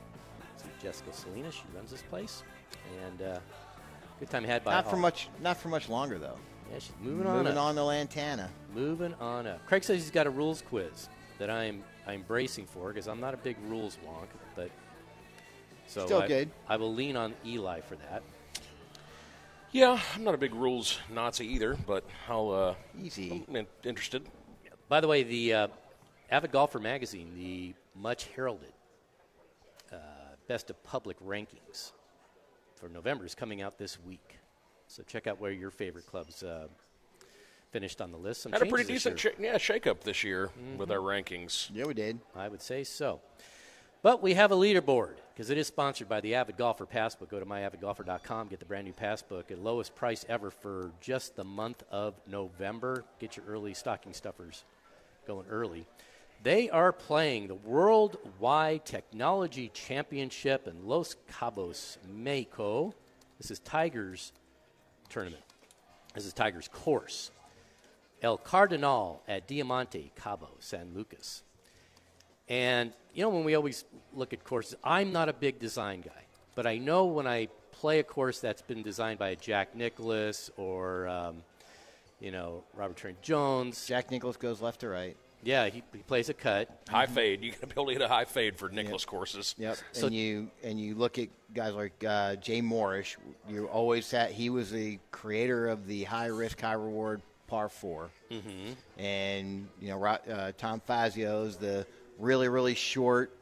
C: see Jessica Salinas. She runs this place, and uh, good time had by.
B: Not for
C: all.
B: much. Not for much longer though.
C: Yeah, she's moving on.
B: Moving
C: up.
B: on to Lantana.
C: Moving on up. Craig says he's got a rules quiz that I'm I'm bracing for because I'm not a big rules wonk, but so
B: Still
C: I,
B: good.
C: I will lean on Eli for that.
A: Yeah, I'm not a big rules Nazi either, but I'll uh,
B: Easy.
A: I'm in- interested.
C: By the way, the uh, Avid Golfer magazine, the much heralded uh, best of public rankings for November is coming out this week. So check out where your favorite clubs uh, finished on the list. Some
A: Had a pretty
C: changes this
A: decent
C: year.
A: sh- yeah shakeup this year with our rankings.
B: Yeah, we did.
C: I would say so. But we have a leaderboard because it is sponsored by the Avid Golfer Passbook. Go to myavidgolfer.com, get the brand new passbook at lowest price ever for just the month of November. Get your early stocking stuffers going early. They are playing the Worldwide Technology Championship in Los Cabos, Mexico. This is Tigers tournament. This is Tigers course. El Cardinal at Diamante, Cabo, San Lucas. And you know, when we always look at courses, I'm not a big design guy, but I know when I play a course that's been designed by a Jack Nicholas or um, you know Robert Trent Jones.
B: Jack Nicholas goes left to right.
C: Yeah, he, he plays a cut.
A: High fade. You got to be able to hit a high fade for Nicholas courses.
B: Mm-hmm. Yep.
C: So-
B: and you and you look at guys like uh, Jay Morrish. You always had he was the creator of the high risk, high reward par 4 Mm-hmm. And you know Ro- uh, Tom Fazio's the really really short,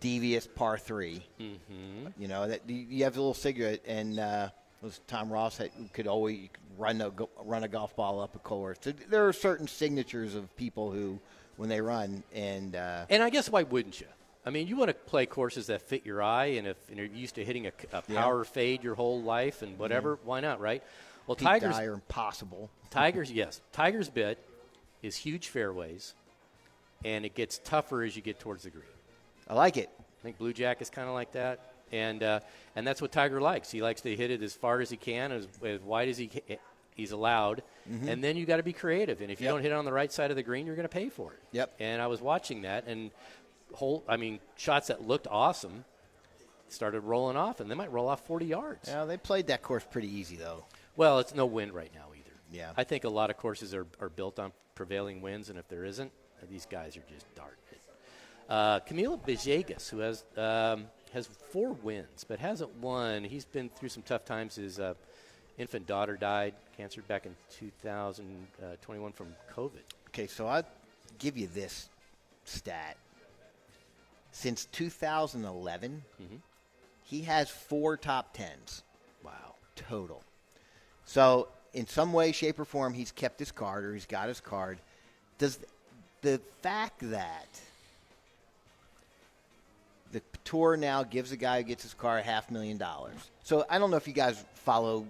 B: devious par 3 Mm-hmm. You know that you- you have a little cigarette and. Uh, was Tom Ross that could always run a go- run a golf ball up a course? So There are certain signatures of people who, when they run, and uh,
C: And I guess why wouldn't you? I mean, you want to play courses that fit your eye, and if and you're used to hitting a, a power fade your whole life and whatever, why not, right? Well,
B: Pete
C: Tigers
B: Dye are impossible.
C: Tigers, yes. Tigers bit is huge fairways, and it gets tougher as you get towards the green.
B: I like it.
C: I think Blue Jack is kind of like that, and uh, and that's what Tiger likes. He likes to hit it as far as he can, as, as wide as he ca- he's allowed, and then you got to be creative. And if
B: Mm-hmm.
C: you
B: Yep.
C: don't hit it on the right side of the green, you're going to pay for it.
B: Yep.
C: And I was watching that, and whole, I mean, shots that looked awesome started rolling off, and they might roll off 40 yards.
B: Yeah, they played that course pretty easy though.
C: Well, it's no wind right now either.
B: Yeah.
C: I think a lot of courses are, are built on prevailing winds, and if there isn't, these guys are just darting it. Uh, Camila Bejegas, who has um, has four wins but hasn't won, he's been through some tough times. His uh, infant daughter died cancer back in 2021 from COVID.
B: Okay, so I give you this stat. Since 2011, he has four top tens
C: Wow.
B: total. So in some way, shape, or form, he's kept his card or he's got his card. Does the fact that the tour now gives a guy who gets his car a half million dollars? So I don't know if you guys follow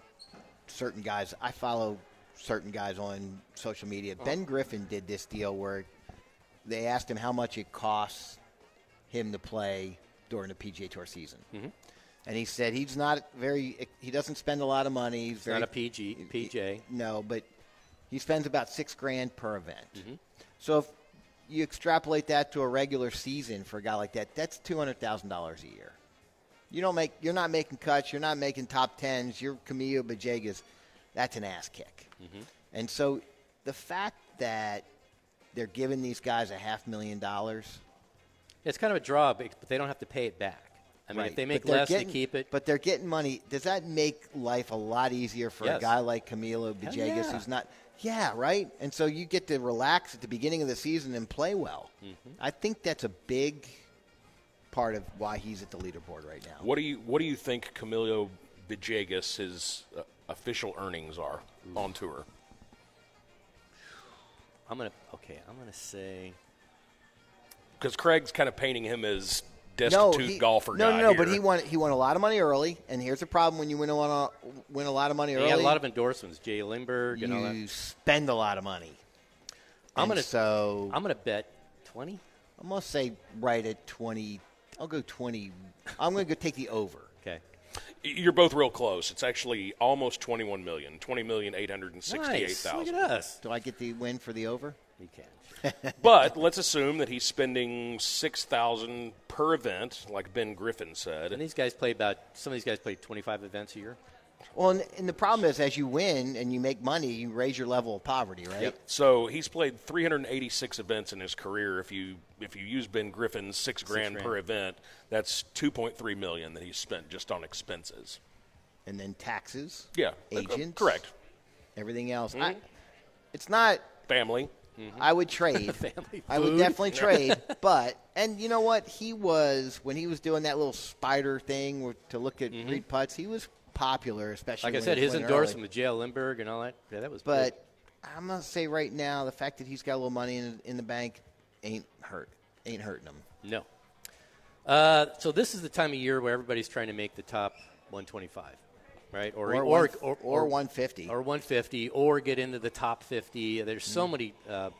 B: certain guys. I follow certain guys on social media. Ben Griffin did this deal where They asked him how much it costs him to play during the PGA Tour season.
C: Mm-hmm.
B: And he said he's not very. He doesn't spend a lot of money. He's very,
C: not a PG, PJ.
B: No, but he spends about six grand per event. So if you extrapolate that to a regular season for a guy like that, that's two hundred thousand dollars a year. You don't make. You're not making cuts. You're not making top tens. You're Camilo Bajegas. That's an ass kick. And so the fact that they're giving these guys a half million dollars.
C: It's kind of a drawback, but they don't have to pay it back. I mean, if
B: Right.
C: they make
B: But they're
C: less,
B: getting,
C: they keep it.
B: But they're getting money. Does that make life a lot easier for
C: Yes.
B: a guy like Camilo Bajegas
C: yeah.
B: who's not? Yeah, right. And so you get to relax at the beginning of the season and play well.
C: Mm-hmm.
B: I think that's a big part of why he's at the leaderboard right now.
A: What do you What do you think Camilo Bijegas his uh, official earnings are on tour?
C: I'm gonna okay. I'm gonna say
A: Because Craig's kind of painting him as
B: No,
A: destitute
B: he,
A: golfer
B: no,
A: guy.
B: no, no. But
A: here.
B: he won. He won a lot of money early, and here's the problem: when you win a lot of, win a lot of money
C: he
B: early,
C: got a lot of endorsements. Jay Lindberg
B: you
C: and all that.
B: spend a lot of money.
C: I'm
B: And
C: gonna
B: so
C: I'm gonna bet twenty.
B: I'm gonna say right at twenty. I'll go twenty. I'm gonna go take the over.
C: Okay.
A: You're both real close. It's actually almost 21 million, 20 million
C: Nice. Look at us.
B: Do I get the win for the over?
C: You can.
A: But let's assume that he's spending 6,000 per event, like Ben Griffin
C: And
A: said.
C: these guys play about. Some of these guys play 25 events a year.
B: Well, and, and the problem is, as you win and you make money, you raise your level of poverty, right?
A: So he's played 386 events in his career. If you if you use Ben Griffin's six grand, per event, that's 2.3 million that he's spent just on expenses.
B: And then taxes.
A: Yeah,
C: uh,
A: Uh,
B: Agents.
A: correct.
B: Everything else.
C: Mm-hmm.
B: I, it's not.
A: Family.
B: I would trade.
C: [LAUGHS] Family
B: I would
C: food.
B: definitely
C: [LAUGHS]
B: trade, but and you know what? He was when he was doing that little spider thing where- to look at read putts. He was popular, especially
C: Mm-hmm. Like I
B: when
C: said,
B: he was
C: his
B: winning early.
C: endorsement with Jay Lindberg and all that. Yeah, that was. good.
B: But I'm gonna say right now, the fact that he's got a little money in, in the bank ain't hurt, ain't hurting him.
C: No. Uh, so this is the time of year where everybody's trying to make the top 125, right? Or e,
B: Or
C: or,
B: one- or 150.
C: or 150, or get into the top 50. There's so many uh,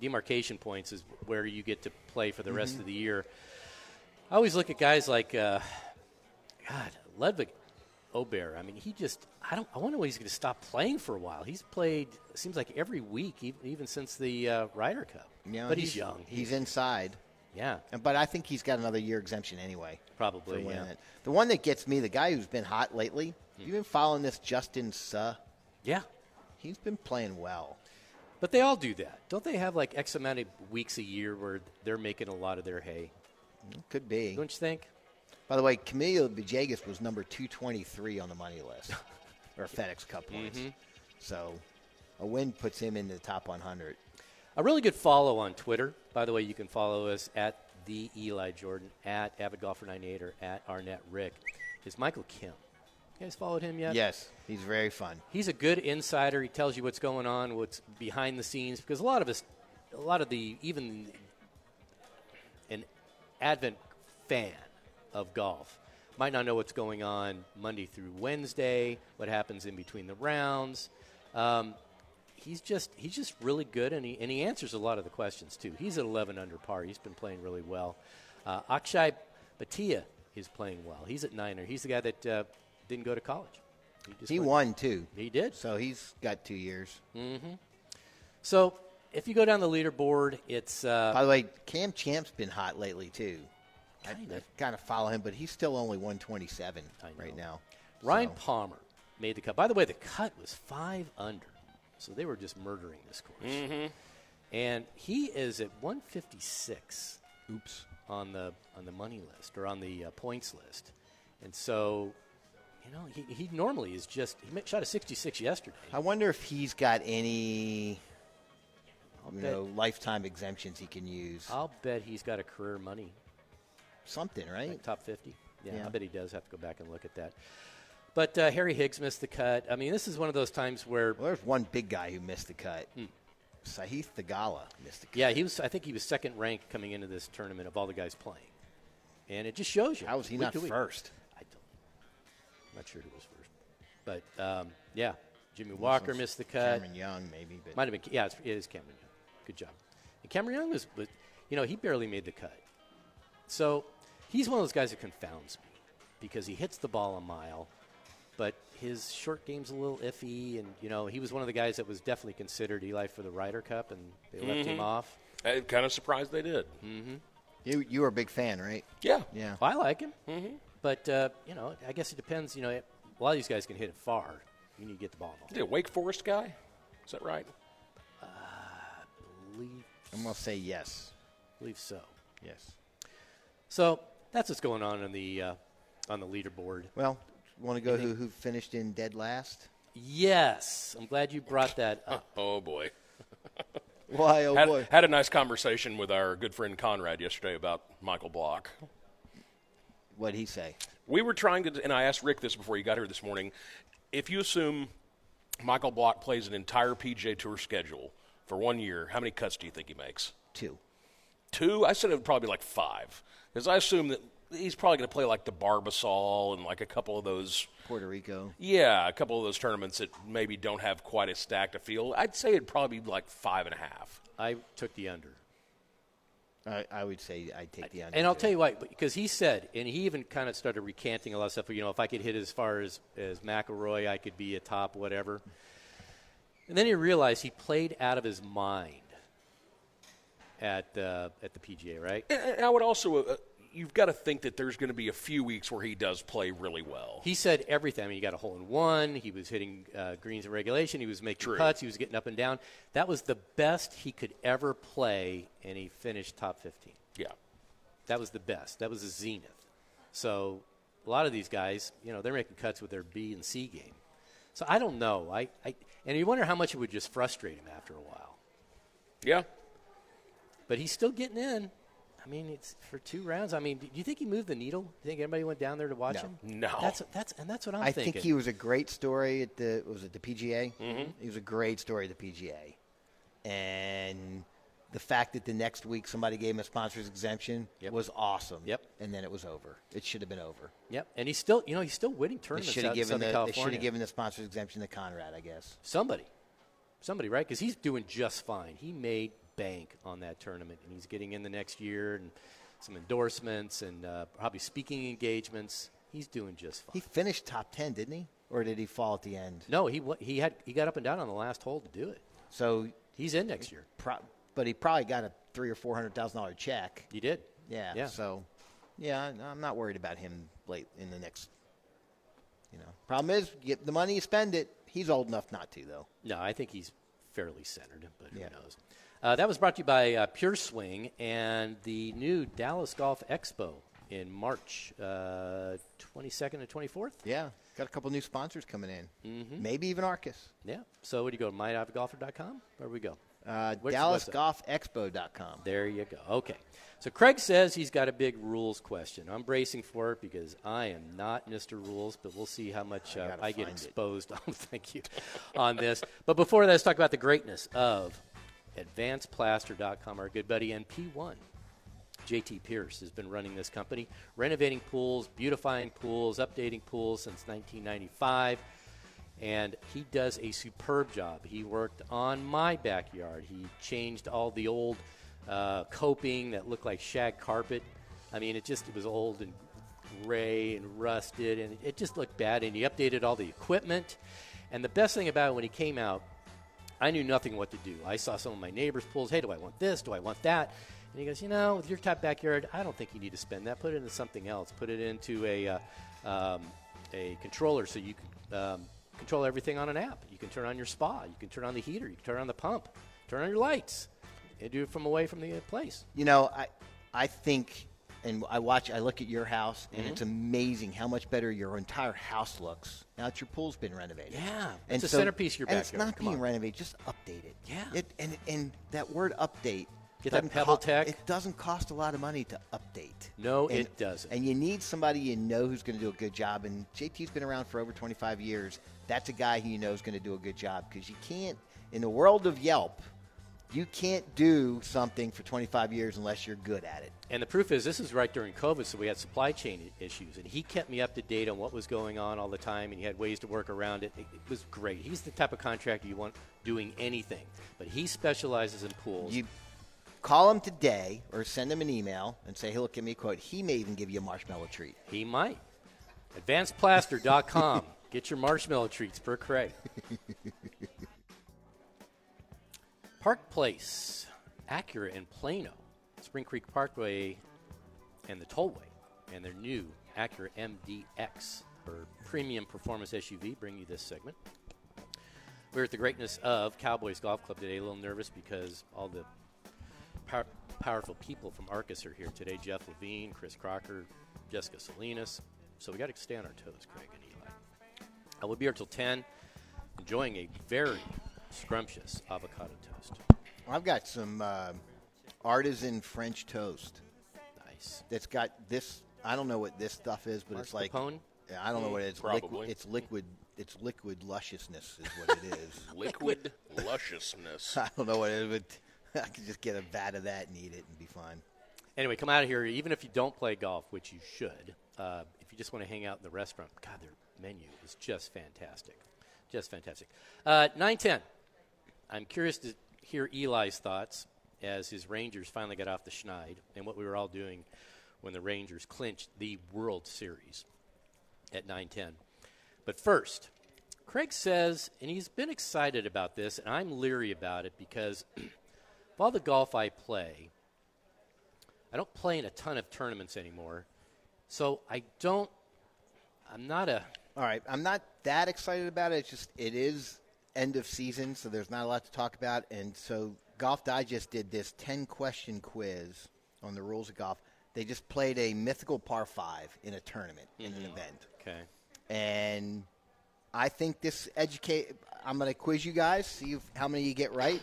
C: demarcation points is where you get to play for the rest of the year. I always look at guys like uh, God Ludwig Ober. I mean, he just I don't I wonder when he's going to stop playing for a while. He's played it seems like every week, even, even since the uh, Ryder Cup.
B: You know,
C: but he's, young.
B: He's inside,
C: yeah,
B: And- but I think he's got another year exemption anyway. for
C: probably.
B: winning
C: Yeah. Hmm.
B: it. The one that gets me, the guy who's been hot lately. Have you been following this Justin Suh?
C: yeah.
B: He's been playing well.
C: But they all do that. Don't they have like X amount of weeks a year where they're making a lot of their hay?
B: Could be.
C: Don't you think?
B: By the way, Camilo Bajegas was number 223 on the money
C: [LAUGHS]
B: list, or FedEx Cup points.
C: Mm-hmm.
B: So a win puts him in the top 100.
C: A really good follow on Twitter. By the way, you can follow us at the Eli Jordan, at Avid Golfer 98 or at Arnett Rick. Is Michael Kim. You guys followed him yet?
B: Yes, he's very fun.
C: He's a good insider. He tells you what's going on, what's behind the scenes, because a lot of us, a lot of the even an advent fan of golf might not know what's going on Monday through Wednesday, what happens in between the rounds. Um, he's just he's just really good, and he and he answers a lot of the questions too. He's at 11 under par. He's been playing really well. Uh, Akshay Batia is playing well. He's at niner. He's the guy that uh, didn't go to college. just
B: He
C: went-
B: won too.
C: He did.
B: So he's got two years.
C: So if you go down the leaderboard, it's uh,
B: By the way, Cam Champ's been hot lately too. I, I kind of follow him, but he's still only 127 right now.
C: Ryan Palmer made the cut. By the way, the cut was five under, so they were just murdering this course. And he is at 156. Oops. On the on the money list or on the uh, points list, and so. You know, he, he normally is just he ma- shot a 66 yesterday.
B: I wonder if he's got any you
C: bet-
B: know lifetime exemptions he can use.
C: I'll bet he's got a career money
B: Something, right?
C: Like top 50. Yeah, I
B: Yeah.
C: bet he does have to go back and look at that. But uh, Harry Higgs missed the cut. I mean, this is one of those times where,
B: Well, there's one big guy who missed the cut.
C: Hmm.
B: Sahith Thagala missed the cut.
C: yeah, he was. I think he was second ranked coming into this tournament of all the guys playing, and it just shows you
B: How was he
C: week
B: not
C: to week.
B: first?
C: I don't. I'm not sure who was first, but um, yeah, Jimmy Walker missed the cut.
B: Cameron Young, maybe. But
C: Might have been. Yeah, it's, it is Cameron Young. Good job. And Cameron Young was, was You know, he barely made the cut. So he's one of those guys that confounds me because he hits the ball a mile, but his short game's a little iffy. And, you know, he was one of the guys that was definitely considered Eli for the Ryder Cup, and they left him off.
A: I'm kind of Uh, surprised they did.
B: You you were a big fan, right?
A: Yeah.
B: Yeah.
C: Well, I like him. Mm-hmm. But, uh, you know, I guess it depends. You know, it, a lot of these guys can hit it far. You need to get the ball.
A: Is he a Wake Forest guy? Is that right?
C: I believe,
B: I'm gonna say yes.
C: believe so.
B: Yes.
C: So that's what's going on on the uh, on the leaderboard.
B: Well, want to go who who finished in dead last?
C: Yes, I'm glad you brought that up.
A: Oh boy.
B: Why oh
A: Had,
B: boy.
A: had a nice conversation with our good friend Conrad yesterday about Michael Block.
B: What'd he say?
A: We were trying to, and I asked Rick this before you got here this morning. If you assume Michael Block plays an entire PJ Tour schedule for one year, how many cuts do you think he makes?
B: Two.
A: Two? I said it would probably be like five. Because I assume that he's probably going to play like the Barbasol and like a couple of those,
B: Puerto Rico.
A: yeah, a couple of those tournaments that maybe don't have quite as stacked a field. I'd say it'd probably be like five and a half.
C: I took the under.
B: I, I would say I'd take the under.
C: And I'll
B: too.
C: tell you why, because he said, and he even kind of started recanting a lot of stuff. You know, if I could hit as far as as McElroy, I could be a top whatever. And then he realized he played out of his mind at uh, at the PGA, right?
A: And- And I would also, uh, you've got to think that there's going to be a few weeks where he does play really well.
C: He said everything. I mean, he got a hole in one. He was hitting uh, greens in regulation. He was making putts. He was getting up and down. That was the best he could ever play, and he finished top 15.
A: Yeah.
C: That was the best. That was a zenith. So a lot of these guys, you know, they're making cuts with their B and C game. So I don't know. I, I and you wonder how much it would just frustrate him after a while.
A: Yeah.
C: But he's still getting in. I mean, it's for two rounds. I mean, do you think he moved the needle? Do you think anybody went down there to watch
B: No.
C: him?
A: No.
C: That's that's and that's what I'm
B: I
C: thinking.
B: think he was a great story at the was it the PGA? Mm-hmm. He was a great story at the PGA, and the fact that the next week somebody gave him a sponsor's exemption
C: Yep.
B: was awesome.
C: Yep.
B: And then it was over. It should have been over.
C: Yep, and he's still, you know, he's still winning
B: They
C: tournaments
B: should
C: out
B: have
C: in
B: given
C: Southern
B: the they should
C: California.
B: have given the sponsor's exemption to Conrad, I guess.
C: somebody, somebody, right? Because he's doing just fine. He made bank on that tournament, and he's getting in the next year and some endorsements and uh, probably speaking engagements. He's doing just fine.
B: He finished top ten, didn't he? Or did he fall at the end?
C: no, he wa- he had he got up and down on the last hole to do it.
B: So,
C: He's in next year.
B: pro- but he probably got a three or four hundred thousand dollar check.
C: He did.
B: Yeah,
C: Yeah.
B: So, yeah, I- I'm not worried about him late in the next. You know, problem is, you get the money, you spend it. He's old enough not to, though.
C: No, I think he's fairly centered, but who
B: Yeah.
C: knows? Uh, that was brought to you by uh, Pure Swing and the new Dallas Golf Expo in March uh, 22nd and 24th.
B: Yeah, got a couple new sponsors coming in.
C: Mm-hmm.
B: Maybe even Arcus.
C: Yeah. So where do you go? MyDiveGolfer.com? Where do we go?
B: Uh,
C: Where's the website?
B: DallasGolfExpo.com.
C: There you go. Okay. So Craig says he's got a big rules question. I'm bracing for it because I am not Mr. Rules, but we'll see how much uh,
B: gotta
C: I, get
B: find it.
C: exposed on. [LAUGHS] Thank you on this. But before that, let's talk about the greatness of AdvancedPlaster.com. Our good buddy NP1, JT Pierce, has been running this company, renovating pools, beautifying pools, updating pools since 1995 and he does a superb job. He worked on my backyard. He changed all the old uh, coping that looked like shag carpet. I mean, it just it was old and gray and rusted, and it just looked bad. And he updated all the equipment. And the best thing about it when he came out, I knew nothing what to do. I saw some of my neighbors' pools. Hey, do I want this? Do I want that? And he goes, you know, with your type backyard, I don't think you need to spend that. Put it into something else. Put it into a uh, um, a controller so you can um, control everything on an app. You can turn on your spa. You can turn on the heater. You can turn on the pump. Turn on your lights. And do it from away from the uh, place.
B: You know, I, I think, and I watch, I look at your house, and
C: Mm-hmm.
B: it's amazing how much better your entire house looks now that your pool's been renovated.
C: Yeah, it's a centerpiece of your
B: and
C: backyard,
B: It's not
C: come
B: being
C: on.
B: renovated; just update it.
C: Yeah.
B: It, and and that word update.
C: Get that
B: doesn't
C: Pebble
B: co-
C: Tech.
B: It doesn't cost a lot of money to update.
C: No,
B: And-
C: it doesn't.
B: And you need somebody you know who's going to do a good job. And JT's been around for over 25 years. That's a guy who you know is going to do a good job because you can't, in the world of Yelp, you can't do something for 25 years unless you're good at it.
C: And the proof is, this is right during COVID, so we had supply chain i- issues, and he kept me up to date on what was going on all the time, and he had ways to work around it. It, it was great. He's the type of contractor you want doing anything, but he specializes in pools.
B: You call him today or send him an email and say, hey, look, give me a quote. He may even give you a marshmallow treat.
C: He might. AdvancedPlaster.com. Get your marshmallow treats per Craig. Park Place, Acura in Plano, Spring Creek Parkway, and the Tollway, and their new Acura MDX or premium performance SUV bring you this segment. We are at the greatness of Cowboys Golf Club today. A little nervous because all the pow- powerful people from Arcus are here today. Jeff Levine, Chris Crocker, Jessica Salinas. So we got to stay on our toes, Craig and Eli. I will be here till 10, enjoying a very scrumptious avocado toast.
B: I've got some uh, artisan French toast
C: Nice.
B: that's got this. I don't know what this stuff is, but it's like
C: Mascarpone?
B: Yeah, I don't know what it is.
A: probably.
B: Liquid, it's liquid. It's liquid lusciousness is what it is. [LAUGHS]
A: Liquid lusciousness.
B: I don't know what it is, but [LAUGHS] I could just get a vat of that and eat it and be fine.
C: Anyway, come out of here, even if you don't play golf, which you should, uh, if you just want to hang out in the restaurant, God, their menu is just fantastic. Just fantastic. Uh, 910. I'm curious to hear Eli's thoughts as his Rangers finally got off the schneid and what we were all doing when the Rangers clinched the World Series at 910. But first, Craig says, and he's been excited about this, and I'm leery about it because [CLEARS THROAT] of all the golf I play, I don't play in a ton of tournaments anymore. So I don't, I'm not a,
B: All right, I'm not that excited about it. It's just it is end of season, so there's not a lot to talk about. And so Golf Digest did this 10 question quiz on the rules of golf. They just played a mythical par five in a tournament in an event.
C: okay.
B: and I think this educate. I'm going to quiz you guys, see if, how many you get right,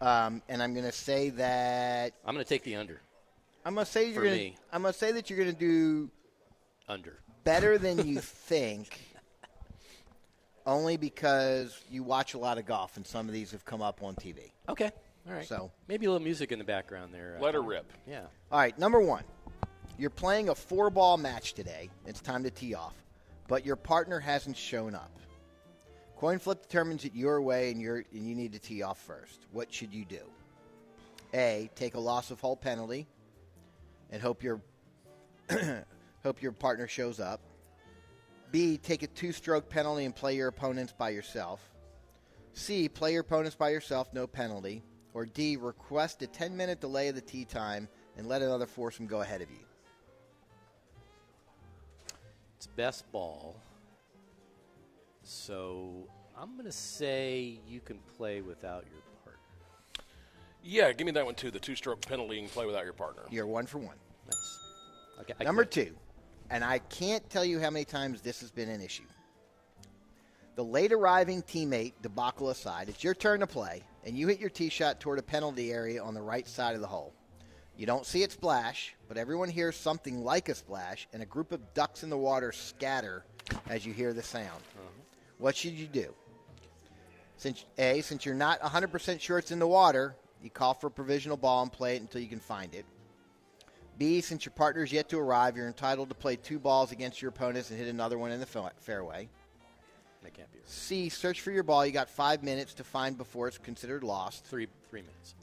B: um, and I'm going to say that
C: I'm going to take the under.
B: I'm going to say
C: For
B: you're going.
C: me.
B: I'm going to say that you're going to do
C: Under.
B: better than
C: [LAUGHS]
B: you think, only because you watch a lot of golf, and some of these have come up on TV.
C: Okay. All right.
B: So-
C: maybe a little music in the background there.
A: Let her
C: her
A: rip.
C: Yeah.
B: All right, number one, you're playing a four-ball match today. It's time to tee off, but your partner hasn't shown up. Coin flip determines it your way, and you're and you need to tee off first. What should you do? A. Take a loss of hole penalty, and hope your [CLEARS THROAT] hope your partner shows up. B. Take a two-stroke penalty and play your opponents by yourself. C. Play your opponents by yourself, no penalty. Or D. Request a 10 minute delay of the tee time and let another foursome go ahead of you.
C: It's best ball. So I'm going to say you can play without your partner.
A: Yeah, give me that one too. The two-stroke penalty and play without your partner.
B: You're one for one.
C: Nice. Okay. I
B: Number
C: could-
B: two, and I can't tell you how many times this has been an issue. The late arriving teammate debacle aside, it's your turn to play, and you hit your tee shot toward a penalty area on the right side of the hole. You don't see it splash, but everyone hears something like a splash, and a group of ducks in the water scatter as you hear the sound. What should you do? Since A, since you're not 100% sure it's in the water, you call for a provisional ball and play it until you can find it. B, since your partner is yet to arrive, you're entitled to play two balls against your opponents and hit another one in the fa- fairway.
C: That can't be right.
B: C, search for your ball. You got five minutes to find before it's considered lost.
C: Three, three minutes.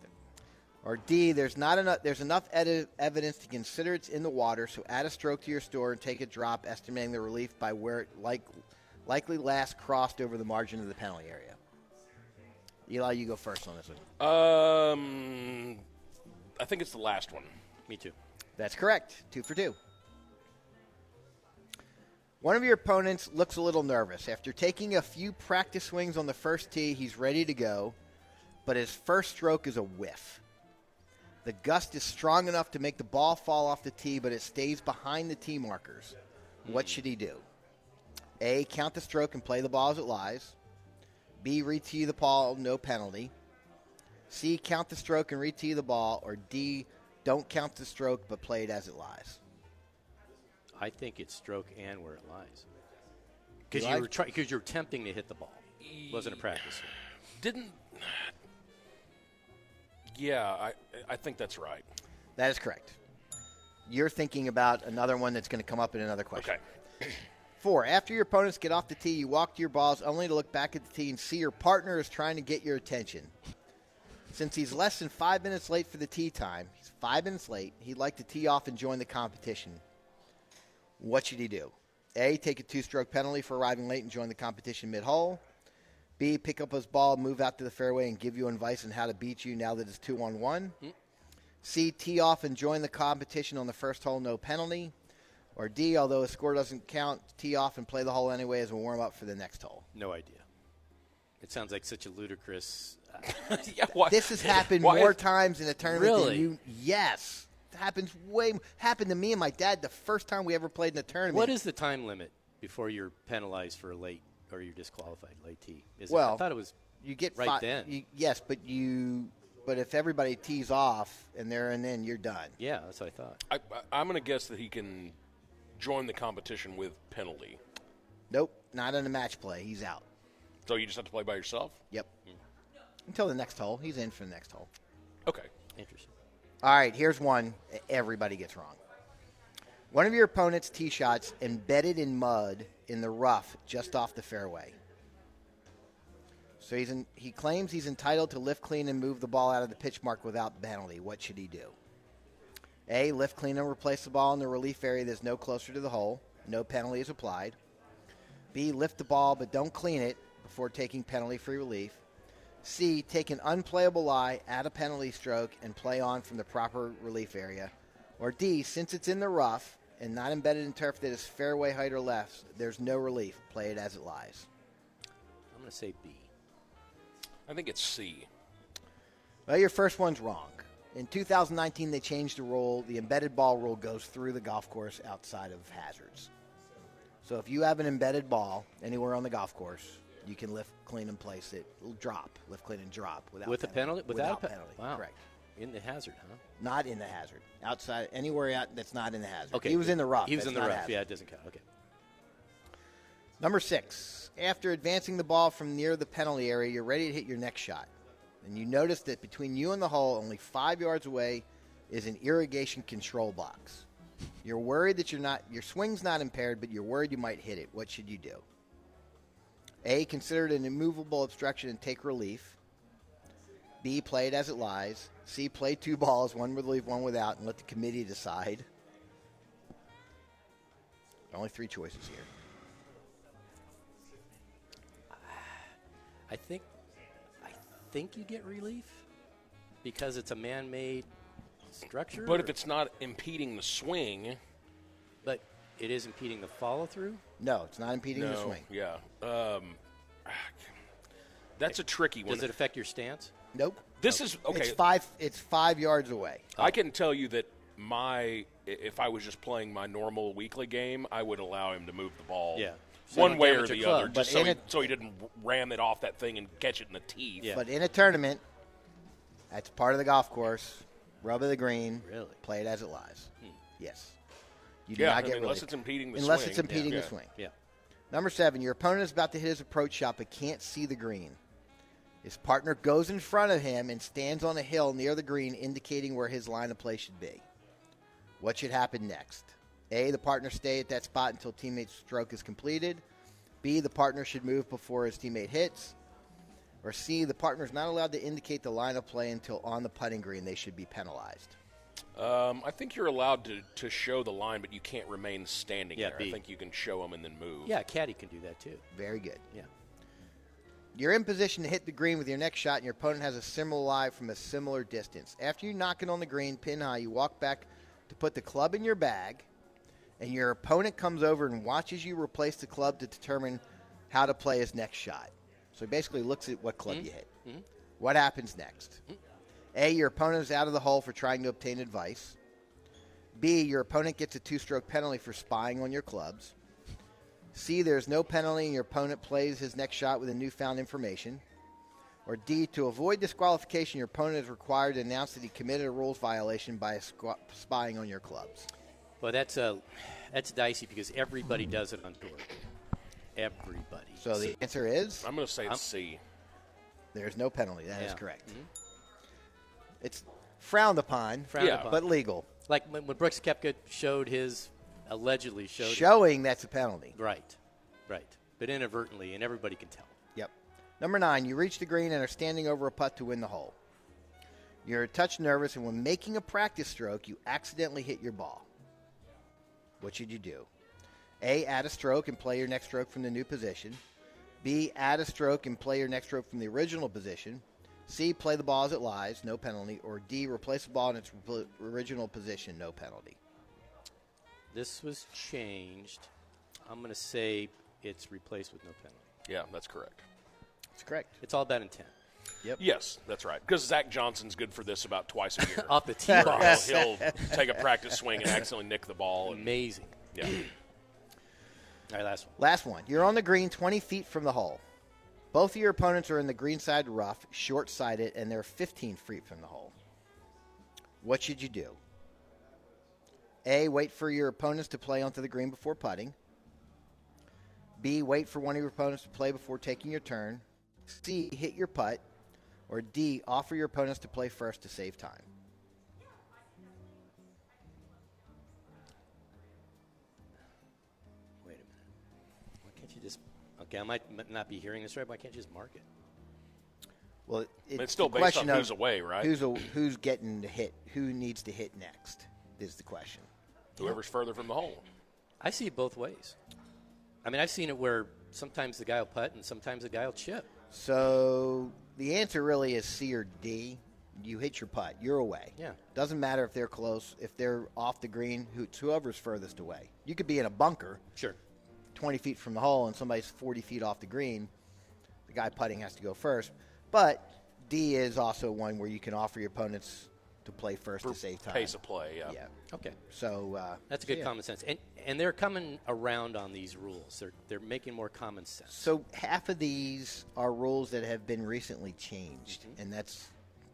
B: Or D, there's not enough. There's enough edi- evidence to consider it's in the water, so add a stroke to your score and take a drop, estimating the relief by where it like, likely last crossed over the margin of the penalty area. Eli, you go first on this one.
A: Um, I think it's the last one.
C: Me too.
B: That's correct. Two for two. One of your opponents looks a little nervous. After taking a few practice swings on the first tee, he's ready to go, but his first stroke is a whiff. The gust is strong enough to make the ball fall off the tee, but it stays behind the tee markers. What should he do? A. Count the stroke and play the ball as it lies. B. Re tee the ball, no penalty. C, count the stroke and re-tee the ball, or D, don't count the stroke but play it as it lies.
C: I think it's stroke and where it lies. Because
B: You
C: you,
B: like-
C: were try- 'cause you were attempting to hit the ball. Wasn't a practice. swing.
A: Didn't. Yeah, I I think that's right.
B: That is correct. You're thinking about another one that's going to come up in another question.
A: Okay.
B: Four, after your opponents get off the tee, you walk to your balls only to look back at the tee and see your partner is trying to get your attention. Since he's less than five minutes late for the tee time, he's five minutes late. He'd like to tee off and join the competition. What should he do? A. Take a two stroke penalty for arriving late and join the competition mid hole. B. Pick up his ball, move out to the fairway, and give you advice on how to beat you now that it's two on one. C. Tee off and join the competition on the first hole, no penalty. Or D. Although a score doesn't count, tee off and play the hole anyway as a warm up for the next hole.
C: No idea. It sounds like such a ludicrous.
A: yeah, why-
B: This has happened
A: why-
B: more times in a tournament
C: Really?
B: than you. Yes, it happens way. m- Happened to me and my dad the first time we ever played in a tournament.
C: what is the time limit before you're penalized for a late or you're disqualified late tee? Is it-
B: Well,
C: I thought it was.
B: you get
C: right
B: fi-
C: then.
B: you- yes, but you. But if everybody tees off and they're and then you're done.
C: yeah, that's what I thought.
A: I, I, am going to guess that he can join the competition with penalty.
B: Nope, not in a match play. He's out.
A: So you just have to play by yourself.
B: Yep. Until the next hole, he's in for the next hole.
A: Okay.
C: Interesting.
B: All right, here's one everybody gets wrong. One of your opponent's tee shots embedded in mud in the rough just off the fairway. So he's in, he claims he's entitled to lift clean and move the ball out of the pitch mark without penalty. What should he do? A. Lift clean and replace the ball in the relief area that's no closer to the hole. No penalty is applied. B. Lift the ball but don't clean it before taking penalty free relief. C. Take an unplayable lie, add a penalty stroke, and play on from the proper relief area. Or D. Since it's in the rough and not embedded in turf that is fairway height or left, there's no relief. Play it as it lies.
C: I'm going to say B.
A: I think it's C.
B: Well, your first one's wrong. In 2019, they changed the rule. The embedded ball rule goes through the golf course outside of hazards. So if you have an embedded ball anywhere on the golf course, you can lift, clean, and place it. It'll drop, lift, clean, and drop without
C: With a penalty?
B: Without,
C: a pe-
B: penalty,
C: Wow.
B: correct.
C: In the hazard, huh?
B: Not in the hazard. Outside, anywhere out that's not in the hazard.
C: Okay.
B: He was in the rough.
C: He was
B: That's
C: in the
B: not
C: rough.
B: hazard.
C: Yeah, it doesn't count. Okay.
B: Number six. After advancing the ball from near the penalty area, you're ready to hit your next shot. And you notice that between you and the hole, only five yards away, is an irrigation control box. You're worried that you're not your swing's not impaired, but you're worried you might hit it. What should you do? A. Consider it an immovable obstruction and take relief. B. Play it as it lies. C. Play two balls, one with relief, one without, and let the committee decide. Only three choices here.
C: I think, I think you get relief because it's a man-made structure.
A: But if
C: or-
A: it's not impeding the swing,
C: but it is impeding the follow-through.
B: No, it's not impeding the
C: Oh.
B: swing.
A: Yeah. Um, that's a tricky one.
C: Does it affect your stance?
B: Nope.
A: this is okay.
B: It's five. It's five yards away.
A: I can tell you that my i- if I was just playing my normal weekly game, I would allow him to move the ball.
C: Yeah. So you
A: one
C: don't
A: way or
C: damage
A: the
C: your club,
A: other,
C: but
A: just so
B: in
A: he,
B: it-
A: so he didn't ram it off that thing and catch it in the teeth.
C: Yeah.
B: But in a tournament, that's part of the golf course. Rub of the green.
C: Really?
B: Play it as it lies. Yes. You
A: Hmm.
B: do
A: Yeah,
B: not
A: I
B: get
A: mean, unless
B: relief.
A: it's impeding the
B: unless
A: swing,
B: it's impeding
A: yeah.
B: the swing.
C: Yeah.
B: Number seven, your opponent is about to hit his approach shot but can't see the green. His partner goes in front of him and stands on a hill near the green, indicating where his line of play should be. What should happen next? A. The partner stay at that spot until teammate's stroke is completed. B. The partner should move before his teammate hits. Or C. The partner is not allowed to indicate the line of play until on the putting green. They should be penalized.
A: Um, I think you're allowed to, to show the line, but you can't remain standing
C: Yeah,
A: there.
C: B.
A: I think you can show him and then move.
C: Yeah, a caddy can do that too.
B: Very good.
C: Yeah.
B: You're in position to hit the green with your next shot, and your opponent has a similar lie from a similar distance. After you knock it on the green, pin high, you walk back to put the club in your bag, and your opponent comes over and watches you replace the club to determine how to play his next shot. So he basically looks at what club you hit. What happens next? A, your opponent is out of the hole for trying to obtain advice. B, your opponent gets a two stroke penalty for spying on your clubs. C, there's no penalty and your opponent plays his next shot with the newfound information. Or D, to avoid disqualification, your opponent is required to announce that he committed a rules violation by squ- spying on your clubs.
C: Well, that's uh, that's dicey because everybody does it on tour. Everybody.
B: So the answer is
A: I'm going to say it's C.
B: there's no penalty. That is
C: uh, Yeah. Mm-hmm.
B: correct. It's frowned upon,
C: Frowned
A: Yeah.
C: upon.
B: but legal,
C: like when, when Brooks Koepka showed his allegedly showed his-
B: showing that's a penalty.
C: right, right, but inadvertently, and everybody can tell.
B: Yep. Number nine, you reach the green and are standing over a putt to win the hole. You're a touch nervous, and when making a practice stroke, you accidentally hit your ball. What should you do? A. Add a stroke and play your next stroke from the new position. B. Add a stroke and play your next stroke from the original position. C. Play the ball as it lies, no penalty. Or D. Replace the ball in its repl- original position, no penalty.
C: This was changed. I'm going to say it's replaced with no penalty.
A: Yeah, that's correct.
B: That's correct.
C: It's all about intent.
A: Yes, that's right. Because Zach Johnson's good for this about twice a year.
C: [LAUGHS] Off
B: [LAUGHS]
C: the tee
A: He'll,
C: box.
A: he'll take a practice swing and accidentally nick the ball. And,
C: Amazing.
A: yeah.
C: All right, last one.
B: Last one. You're on the green 20 feet from the hole. Both of your opponents are in the green side rough, short sided, and they're 15 feet from the hole. What should you do? A. Wait for your opponents to play onto the green before putting. B. Wait for one of your opponents to play before taking your turn. C. Hit your putt. Or D. Offer your opponents to play first to save time.
C: Wait a minute. Why can't you just? Okay, I might m- not be hearing this right. Why can't you just mark it?
B: Well, it-
A: It's still
B: the
A: based
B: question
A: on
B: of
A: who's away, right?
B: Who's a, who's getting the hit? Who needs to hit next? Is the question.
A: Whoever's further from the hole.
C: I see it both ways. I mean, I've seen it where sometimes the guy will putt and sometimes the guy will chip.
B: So the answer really is C or D. You hit your putt, you're away.
C: Yeah.
B: Doesn't matter if they're close, if they're off the green, who, it's whoever's furthest away. You could be in a bunker,
C: Sure.
B: 20 feet from the hole, and somebody's 40 feet off the green. The guy putting has to go first. But D is also one where you can offer your opponents to play first to save time.
A: Pace of play. Yeah.
B: Yeah.
C: Okay.
B: So uh,
C: That's a
B: so
C: good
B: yeah.
C: common sense. And and they're coming around on these rules. They're they're making more common sense.
B: So half of these are rules that have been recently changed, and that's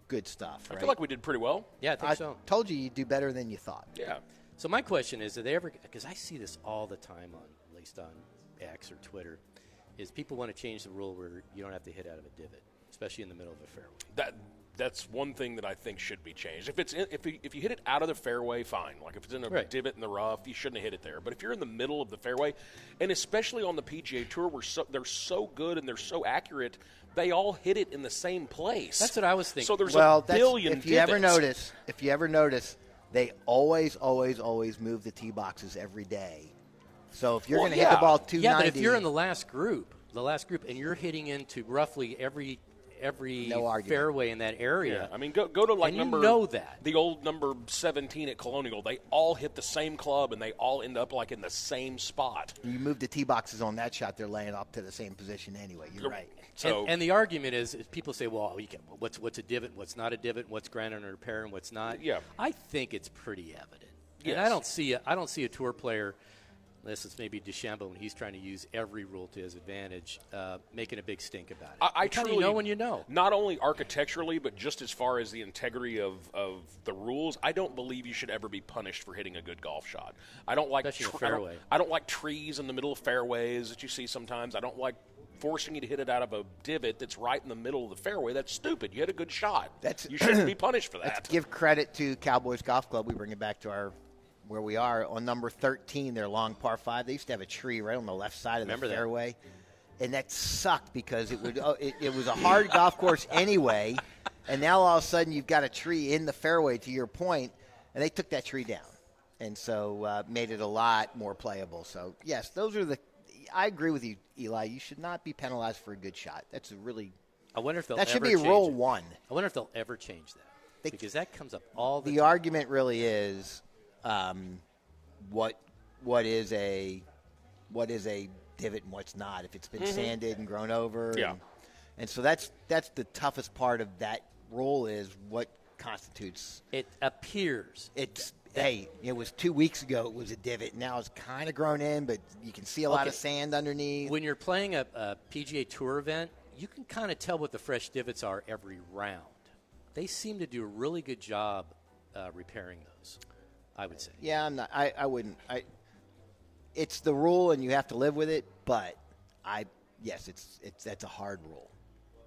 B: good stuff.
A: Mm-hmm. I
B: Right?
A: feel like we did pretty well.
C: Yeah, I think
B: I
C: so.
B: told you you'd do better than you thought.
A: Yeah.
C: So my question is, do they ever? Because I see this all the time on, at least on X or Twitter, is people want to change the rule where you don't have to hit out of a divot, especially in the middle of a fairway.
A: That that's one thing that I think should be changed. If it's in, if you, if you hit it out of the fairway, fine. Like if it's in a
C: Right.
A: divot in the rough, you shouldn't have hit it there. But if you're in the middle of the fairway, and especially on the PGA Tour, where so, they're so good and they're so accurate, they all hit it in the same place.
C: That's what I was thinking.
A: So there's a
B: well, that's,
A: billion.
B: if you ever
A: divots.
B: notice, if you ever notice, they always, always, always move the tee boxes every day. So if you're
A: Well,
B: going to hit
A: yeah.
B: the ball
A: Yeah,
B: two ninety,
C: yeah, but if you're in the last group, the last group, and you're hitting into roughly every every
B: No argument.
C: fairway in that area,
A: Yeah, I mean, go go to like
C: And you
A: number
C: know that.
A: the old number seventeen at Colonial. They all hit the same club, and they all end up like in the same spot.
B: you move the tee boxes on that shot, they're laying up to the same position anyway. You're right.
A: So
C: and, and the argument is, is people say, well, you can, what's what's a divot, what's not a divot, what's ground under repair, and what's not.
A: Yeah.
C: I think it's pretty evident, and I
A: Yes.
C: don't see a, I don't see a tour player, unless it's maybe DeChambeau when he's trying to use every rule to his advantage, uh, making a big stink about it.
A: I, I
C: You kinda
A: truly
C: know when you know.
A: Not only architecturally, but just as far as the integrity of, of the rules, I don't believe you should ever be punished for hitting a good golf shot. I don't like
C: Especially a
A: I don't-
C: fairway.
A: I don't like trees in the middle of fairways that you see sometimes. I don't like forcing you to hit it out of a divot that's right in the middle of the fairway. That's stupid. You had a good shot.
B: That's-
A: you shouldn't
C: [CLEARS THROAT]
A: be punished for that.
B: Let's give credit to Cowboys Golf Club. We bring it back to our where we are on number 13, their long par five. They used to have a tree right on the left side of
C: Remember
B: the
C: that.
B: fairway, and that sucked because it would oh, it, it was a hard golf course anyway, and now all of a sudden you've got a tree in the fairway. To your point, and they took that tree down, and so uh, made it a lot more playable. So yes, those are the. I agree with you, Eli. You should not be penalized for a good shot. That's a really
C: I wonder if they'll
B: that should
C: ever
B: be
C: change
B: rule
C: it.
B: one.
C: I wonder if they'll ever change that
B: They-
C: because that comes up all the,
B: the
C: time.
B: argument really is um, what what is a what is a divot and what's not if it's been sanded and grown over
A: Yeah.
B: and, and so that's that's the toughest part of that rule is what constitutes
C: It appears
B: it's hey it was two weeks ago it was a divot now it's kind of grown in but you can see a lot of
C: Okay.
B: sand underneath
C: when you're playing a, a PGA Tour event, you can kind of tell what the fresh divots are every round. They seem to do a really good job uh, repairing those. I would say.
B: yeah i'm not i, I wouldn't i it's the rule and you have to live with it but i yes it's it's that's a hard rule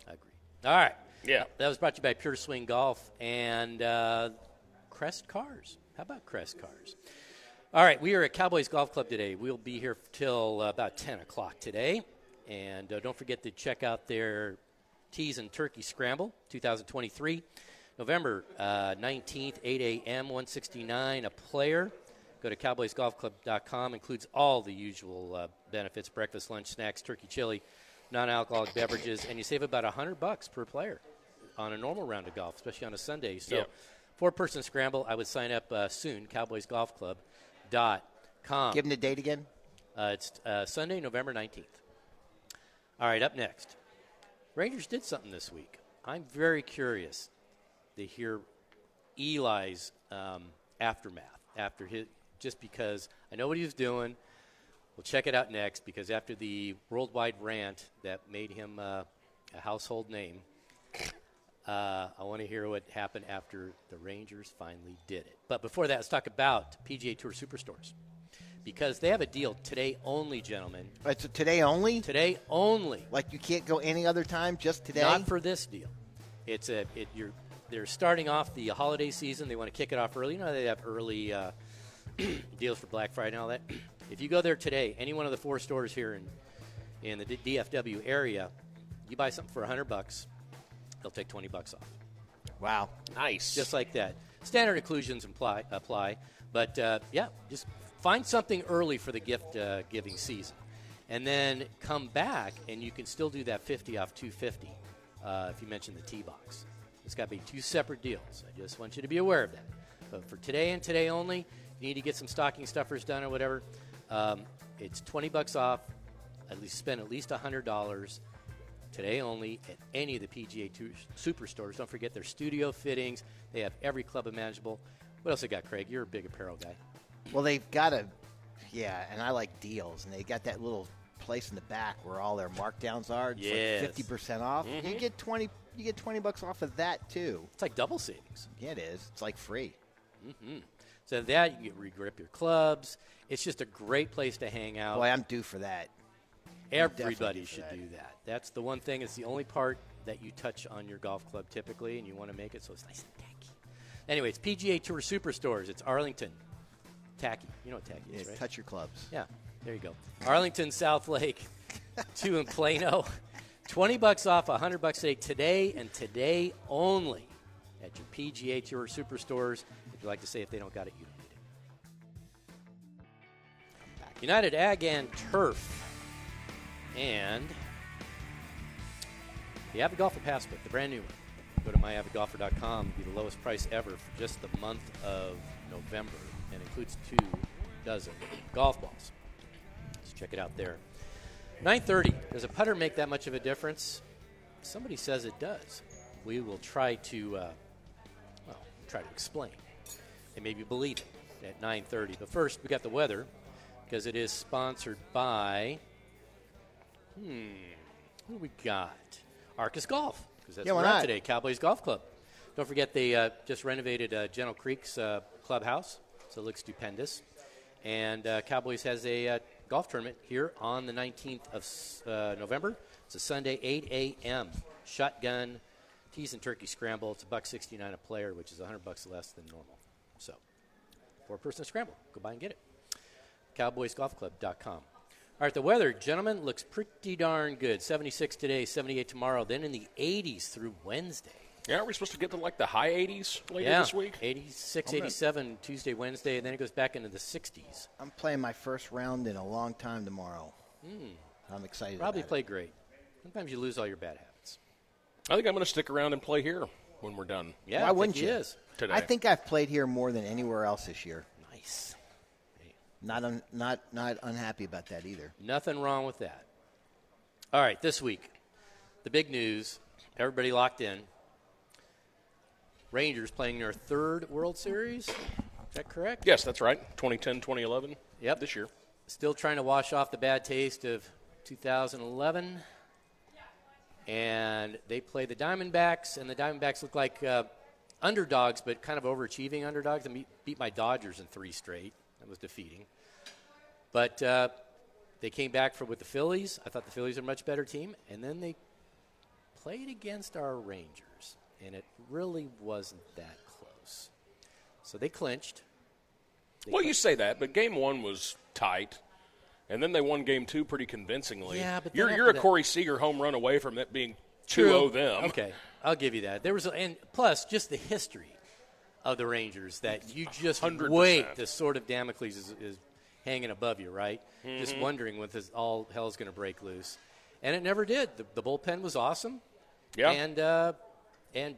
C: I agree. All right.
A: Yeah.
C: That was brought to you by Pure Swing Golf and uh, Crest Cars. How about Crest Cars? All right, we are at Cowboys Golf Club today. We'll be here till uh, about 10 o'clock today. And uh, don't forget to check out their Tees and Turkey Scramble 2023. November uh, 19th, 8 a.m., 169 a player. Go to cowboysgolfclub.com. Includes all the usual uh, benefits: breakfast, lunch, snacks, turkey, chili, non-alcoholic beverages, and you save about hundred bucks per player on a normal round of golf, especially on a Sunday. So,
A: Yeah.
C: four-person scramble. I would sign up uh, soon. Cowboysgolfclub.com.
B: Give them the date again.
C: Uh, it's uh, Sunday, November 19th. All right, up next. Rangers did something this week. I'm very curious to hear Eli's um, aftermath after his, just because I know what he was doing. We'll check it out next because after the worldwide rant that made him uh, a household name, uh, I want to hear what happened after the Rangers finally did it. But before that, let's talk about PGA Tour Superstores because they have a deal today only, gentlemen.
B: Right, so today only.
C: Today only.
B: Like you can't go any other time, just today.
C: Not for this deal. It's a it, you're they're starting off the holiday season. They want to kick it off early. You know they have early uh, [CLEARS THROAT] deals for Black Friday and all that. [CLEARS THROAT] if you go there today, any one of the four stores here in in the D- DFW area, you buy something for hundred bucks, they'll take twenty bucks off,
B: wow.
A: Nice.
C: just like that. Standard inclusions apply, apply but uh, yeah, just find something early for the gift uh, giving season, and then come back and you can still do that fifty off two fifty uh, if you mention the T box. It's got to be two separate deals. I just want you to be aware of that. But for today and today only, if you need to get some stocking stuffers done or whatever. Um, it's twenty bucks off. At least spend at least hundred dollars today only at any of the PGA Tour superstores. Don't forget their studio fittings. They have every club imaginable. What else they got, Craig? You're a big apparel guy.
B: Well, they've got a, yeah, and I like deals, and they got that little place in the back where all their markdowns are. It's
C: Yes. Mm-hmm.
B: like fifty percent off. You get twenty. You get twenty bucks off of that too.
C: It's like double savings.
B: Yeah, it is. It's like free.
C: So that you can regrip your clubs. It's just a great place to hang out.
B: Boy, I'm due for that. definitely
C: Everybody
B: do
C: should
B: that.
C: do that. That's the one thing. It's the only part that you touch on your golf club typically, and you want to make it so it's nice and tacky. Anyway, it's PGA Tour Superstores. It's Arlington. Tacky. You know what tacky is,
B: Yes,
C: right?
B: Touch your clubs.
C: Yeah, there you go. Arlington, South Lake, [LAUGHS] two in Plano. Twenty bucks off, hundred bucks today, today and today only at your PGA Tour superstores. If you like to say if they don't got it, you don't need it. United Ag and Turf, and the Avid Golfer Passbook, the brand new one. Go to myavidgolfer.com. Be the lowest price ever for just the month of November, and includes two dozen golf balls. So check it out there. 9:30. Does a putter make that much of a difference? Somebody says it does. We will try to, uh, well, try to explain and maybe believe it at 9:30. But first, we got the weather because it is sponsored by. Hmm, who do we got? Arcus Golf because that's
B: Yeah,
C: where
B: why
C: we're at
B: not?
C: today. Cowboys Golf Club. Don't forget they uh, just renovated uh, Gentle Creek's uh, clubhouse, so it looks stupendous. And uh, Cowboys has a uh, golf tournament here on the 19th of s- uh, November. It's a Sunday, 8 a.m. Shotgun, teas and turkey scramble. It's a buck 69 a player, which is 100 bucks less than normal. So, four-person scramble. Go buy and get it. CowboysGolfClub.com. All right, the weather, gentlemen, looks pretty darn good. 76 today, 78 tomorrow, then in the 80s through Wednesday.
A: Yeah, aren't we supposed to get to like the high 80s later
C: yeah,
A: this week?
C: 86, 87 Tuesday, Wednesday, and then it goes back into the 60s.
B: I'm playing my first round in a long time tomorrow. I'm excited.
C: Hmm. Probably
B: about it.
C: play great. Sometimes you lose all your bad habits.
A: I think I'm going to stick around and play here when we're done.
C: Yeah, I
B: Why
C: think
B: wouldn't
C: he
B: you?
C: is.
A: today.
B: I think I've played here more than anywhere else this year.
C: Nice.
B: Not un- not not unhappy about that either.
C: Nothing wrong with that. All right, this week, the big news. Everybody locked in. Rangers playing their third World Series. Is that correct?
A: Yes, that's right. 2010, 2011.
C: Yep.
A: This year.
C: Still trying to wash off the bad taste of 2011. And they play the Diamondbacks, and the Diamondbacks look like uh, underdogs, but kind of overachieving underdogs. And beat, beat my Dodgers in three straight. That was defeating. But uh, they came back for with the Phillies. I thought the Phillies are a much better team, and then they played against our Rangers, and it really wasn't that close. So they clinched.
A: Well, you say that, but game one was tight, and then they won game two pretty convincingly.
C: Yeah, but then
A: you're
C: after
A: you're a
C: that-
A: Corey Seager home run away from that being 2 0
C: True.
A: them.
C: Okay, I'll give you that. There was, a, and plus just the history of the Rangers that you just
A: 100%.
C: wait. The sword of Damocles is, is hanging above you, right?
A: Mm-hmm.
C: Just wondering when this, all hell's going to break loose, and it never did. The, the bullpen was awesome.
A: Yeah.
C: and uh, and.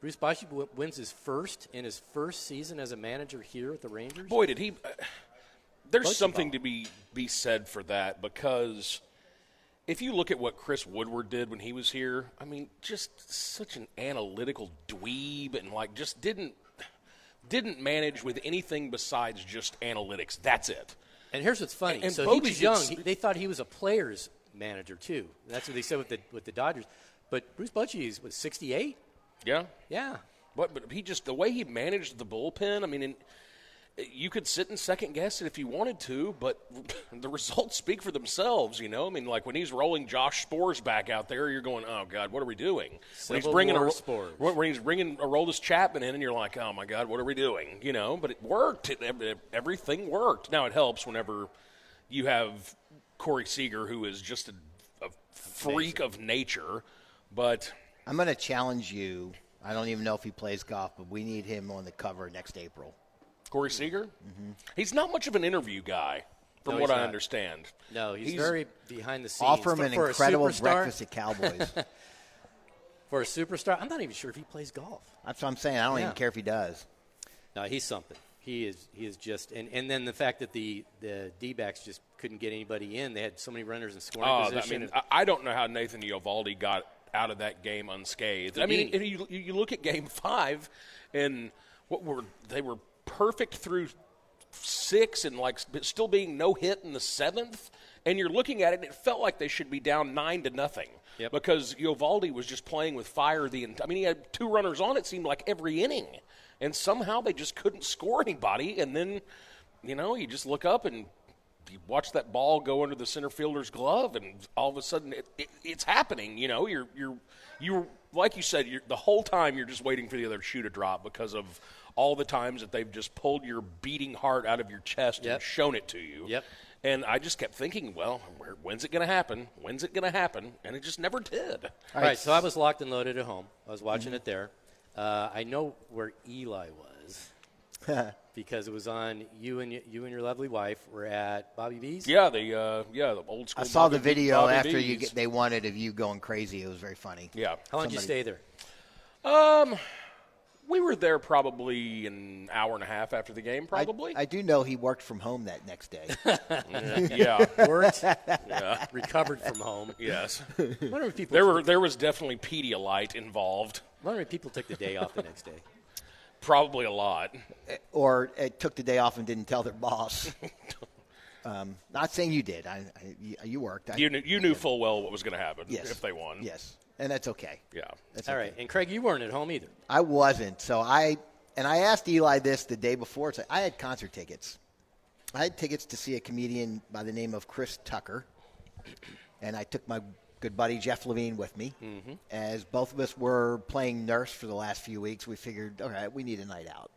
C: Bruce Bochy w- wins his first in his first season as a manager here at the Rangers.
A: Boy, did he. Uh, there's
C: Bunch of
A: something
C: them.
A: to be, be said for that because if you look at what Chris Woodward did when he was here, I mean, just such an analytical dweeb and like just didn't didn't manage with anything besides just analytics. That's it.
C: And here's what's funny.
A: And- and
C: so
A: Bogey
C: he was
A: gets-
C: young. He- they thought he was a player's manager too. That's what they said with the with the Dodgers. But Bruce Bochy is was 68.
A: Yeah.
C: Yeah.
A: But but he just the way he managed the bullpen. I mean, and you could sit and second guess it if you wanted to, but [LAUGHS] the results speak for themselves. You know, I mean, like when he's rolling Josh Spores back out there, you're going, "Oh God, what are we doing?" when he's
C: Civil
A: bringing
C: War
A: a
C: Spores.
A: when when he's bringing Aroldis Chapman in, and you're like, "Oh my God, what are we doing?" You know, but it worked. It, ev- everything worked. Now it helps whenever you have Corey Seager, who is just a, a freak of nature, but.
B: I'm going to challenge you. I don't even know if he plays golf, but we need him on the cover next April.
A: Corey Seager? He's not much of an interview guy, from
C: Mm-hmm. No,
A: what
C: he's
A: I
C: not.
A: understand.
C: No, he's, very behind the scenes.
B: Offer him
C: For-
B: an
C: for a
B: incredible
C: superstar-
B: breakfast e-
A: [LAUGHS]
B: at Cowboys.
C: for a superstar. I'm not even sure if he plays golf.
B: That's what I'm saying. I don't
C: Yeah.
B: even care if he does.
C: No, he's something. He is. He is just. And, and then the fact that the the D-backs just couldn't get anybody in. They had so many runners in scoring
A: Oh, I
C: position.
A: mean, I- I don't know how Nathan Iovaldi got out of that game unscathed. I mean,
C: Indeed.
A: and you, you look at Game [LAUGHS] Five, and what were they were perfect through six, and like but still being no hit in the seventh. And you're looking at it, and it felt like they should be down nine to nothing
C: Yep.
A: because Iovaldi was just playing with fire. The ent- I mean, he had two runners on. It seemed like every inning, and somehow they just couldn't score anybody. And then, you know, you just look up and you watch that ball go under the center fielder's glove, and all of a sudden it, it, it's happening. You know, you're you're you're like you said, you're, the whole time you're just waiting for the other shoe to drop because of all the times that they've just pulled your beating heart out of your chest
C: Yep.
A: and shown it to you.
C: Yep.
A: And I just kept thinking, well, where, when's it going to happen? When's it going to happen? And it just never did.
C: All right, so I was locked and loaded at home. I was watching
B: Mm-hmm.
C: it there. Uh, I know where Eli was
B: [LAUGHS]
C: because it was on you and y- you and your lovely wife were at Bobby B's.
A: Yeah, the uh, yeah, the old school.
B: I saw the
A: Bobby-
B: video
A: Bobby
B: after you
A: Bees.
B: get, they wanted of you going crazy. It was very funny.
A: yeah.
C: How long did you stay there?
A: We were there probably an hour and a half after the game,
B: I-
A: probably.
B: I, do know he worked from home that next
A: [LAUGHS]
B: day. [LAUGHS]
A: yeah.
C: Worked. [LAUGHS] Recovered
A: [LAUGHS]
C: from home.
A: yes.
C: I wonder if people.
A: There were there was definitely Pedialyte involved.
C: I wonder if people took the day off the next day.
A: Probably a lot.
B: or uh, took the day off and didn't tell their boss.
A: [LAUGHS]
B: um, not saying you did. I, I, you- you worked. I,
A: You knew, you knew full well what was going to happen
B: yes.
A: if they won.
B: Yes. And that's okay.
A: Yeah.
B: [LAUGHS] That's
C: All
B: okay.
C: right, and Craig, you weren't at home either.
B: I wasn't. So I and I asked Eli this the day before. It's like, I had concert tickets. I had tickets to see a comedian by the name of Chris Tucker, and I took my good buddy Jeff Levine with me. Mm-hmm. As both of us were playing nurse for the last few weeks, we figured, all right, we need a night out.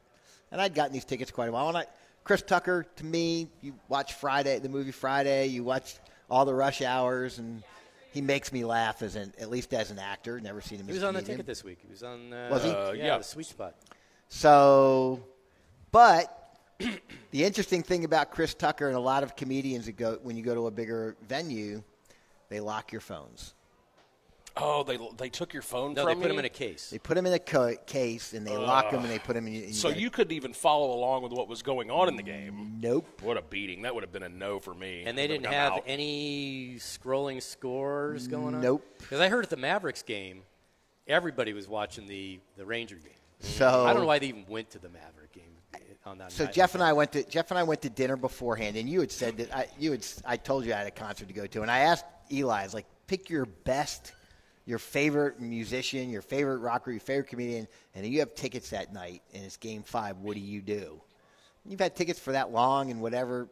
B: And I'd gotten these tickets quite a while. And I, Chris Tucker, to me, you watch Friday, the movie Friday, you watch all the Rush Hours, and he makes me laugh as an, at least as an actor. Never seen him.
C: He
B: as
C: was
B: a
C: on the
B: comedian.
C: ticket this week. He was on. Uh,
B: Was he?
A: Uh,
C: yeah,
A: yeah.
C: the sweet spot.
B: So, but the interesting thing about Chris Tucker and a lot of comedians that go when you go to a bigger venue, they lock your phones.
A: Oh, they they took your phone
C: No,
A: from
C: they put
A: you?
C: him in a case.
B: They put them in a co- case and they lock them and they put them in. and
A: So
B: gotta-
A: you couldn't even follow along with what was going on in the game.
B: nope.
A: What a beating! That would have been a no for me.
C: And they
A: Would've
C: didn't
A: come
C: have
A: out.
C: any scrolling scores going on?
B: Nope.
C: Because I heard at the Mavericks game, everybody was watching the, the Ranger game.
B: So
C: I don't know why they even went to the Maverick game on that
B: So
C: night.
B: Jeff and I went to Jeff and I went to dinner beforehand, and you had said that I, you had I told you I had a concert to go to, and I asked Eli, I was like, pick your best, your favorite musician, your favorite rocker, your favorite comedian, and you have tickets that night, and it's game five. What do you do? And you've had tickets for that long, and whatever,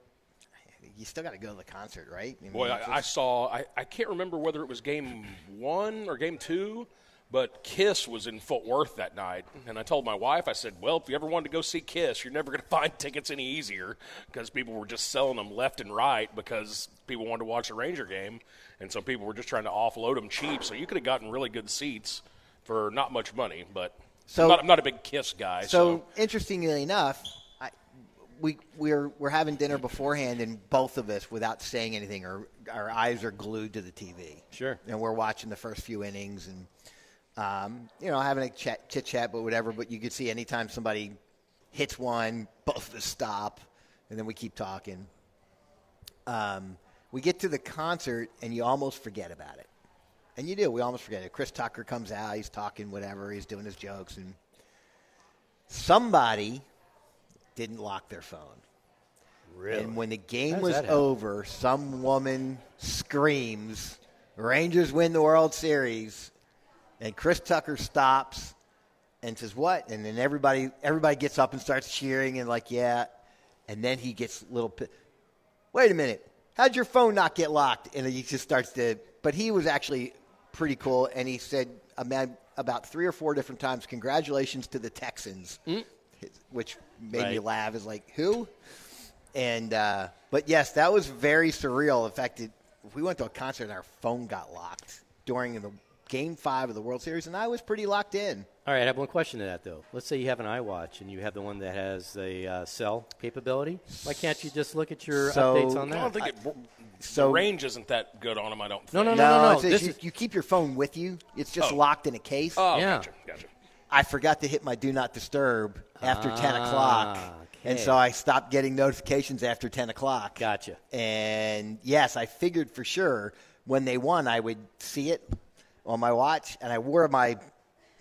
B: you still got to go to the concert, right? I mean,
A: Boy,
B: it's
A: I, I
B: just-
A: saw. I, I can't remember whether it was game one or game two, But Kiss was in Fort Worth that night, and I told my wife, I said, "Well, if you ever wanted to go see Kiss, you're never going to [LAUGHS] find tickets any easier because people were just selling them left and right because people wanted to watch a Ranger game, and so people were just trying to offload them cheap. So you could have gotten really good seats for not much money, but."
B: So-
A: I'm, not, I'm not a big Kiss guy,
B: So interestingly enough, I, we we're we're having dinner beforehand, and both of us, without saying anything, our our eyes are glued to the TV.
C: Sure.
B: And we're watching the first few innings, and um, you know, having a chat, chit chat, but whatever. But you could see anytime somebody hits one, both of us stop, and then we keep talking. Um, we get to the concert, and you almost forget about it. And you do. We almost forget it. Chris Tucker comes out. He's talking whatever. He's doing his jokes, and somebody didn't lock their phone. Really? And when the game
C: How's
B: was
C: that happen?
B: over, some woman screams, "Rangers win the World Series!" And Chris Tucker stops and says, "What?" And then everybody everybody gets up and starts cheering and like, "Yeah." And then he gets a little. Pi- Wait a minute. How'd your phone not get locked? And he just starts to. But he was actually pretty cool, and he said a man, about three or four different times, "Congratulations to the Texans," which made me
C: Right.
B: laugh. Is like who? And uh, but yes, that was very surreal. In fact, it, we went to a concert and our phone got locked during the game five of the World Series, and I was pretty locked in.
C: All right, I have one question to that though. Let's say you have an iWatch and you have the one that has the uh, cell capability. Why can't you just look at your
B: So-
C: updates on
A: I don't
C: that?
A: think it,
B: so-
A: the range isn't that good on them. I don't. Think.
C: No, no, no, no, no.
B: it's- it's-
C: This
B: you,
C: is,
B: you keep your phone with you. It's just
A: Oh.
B: locked in a case.
A: Oh,
C: Yeah.
A: gotcha, gotcha.
B: I forgot to hit my do not disturb after 10 o'clock.
C: Ah, okay.
B: And so I stopped getting notifications after 10 o'clock.
C: Gotcha.
B: And yes, I figured for sure when they won, I would see it on my watch. And I wore my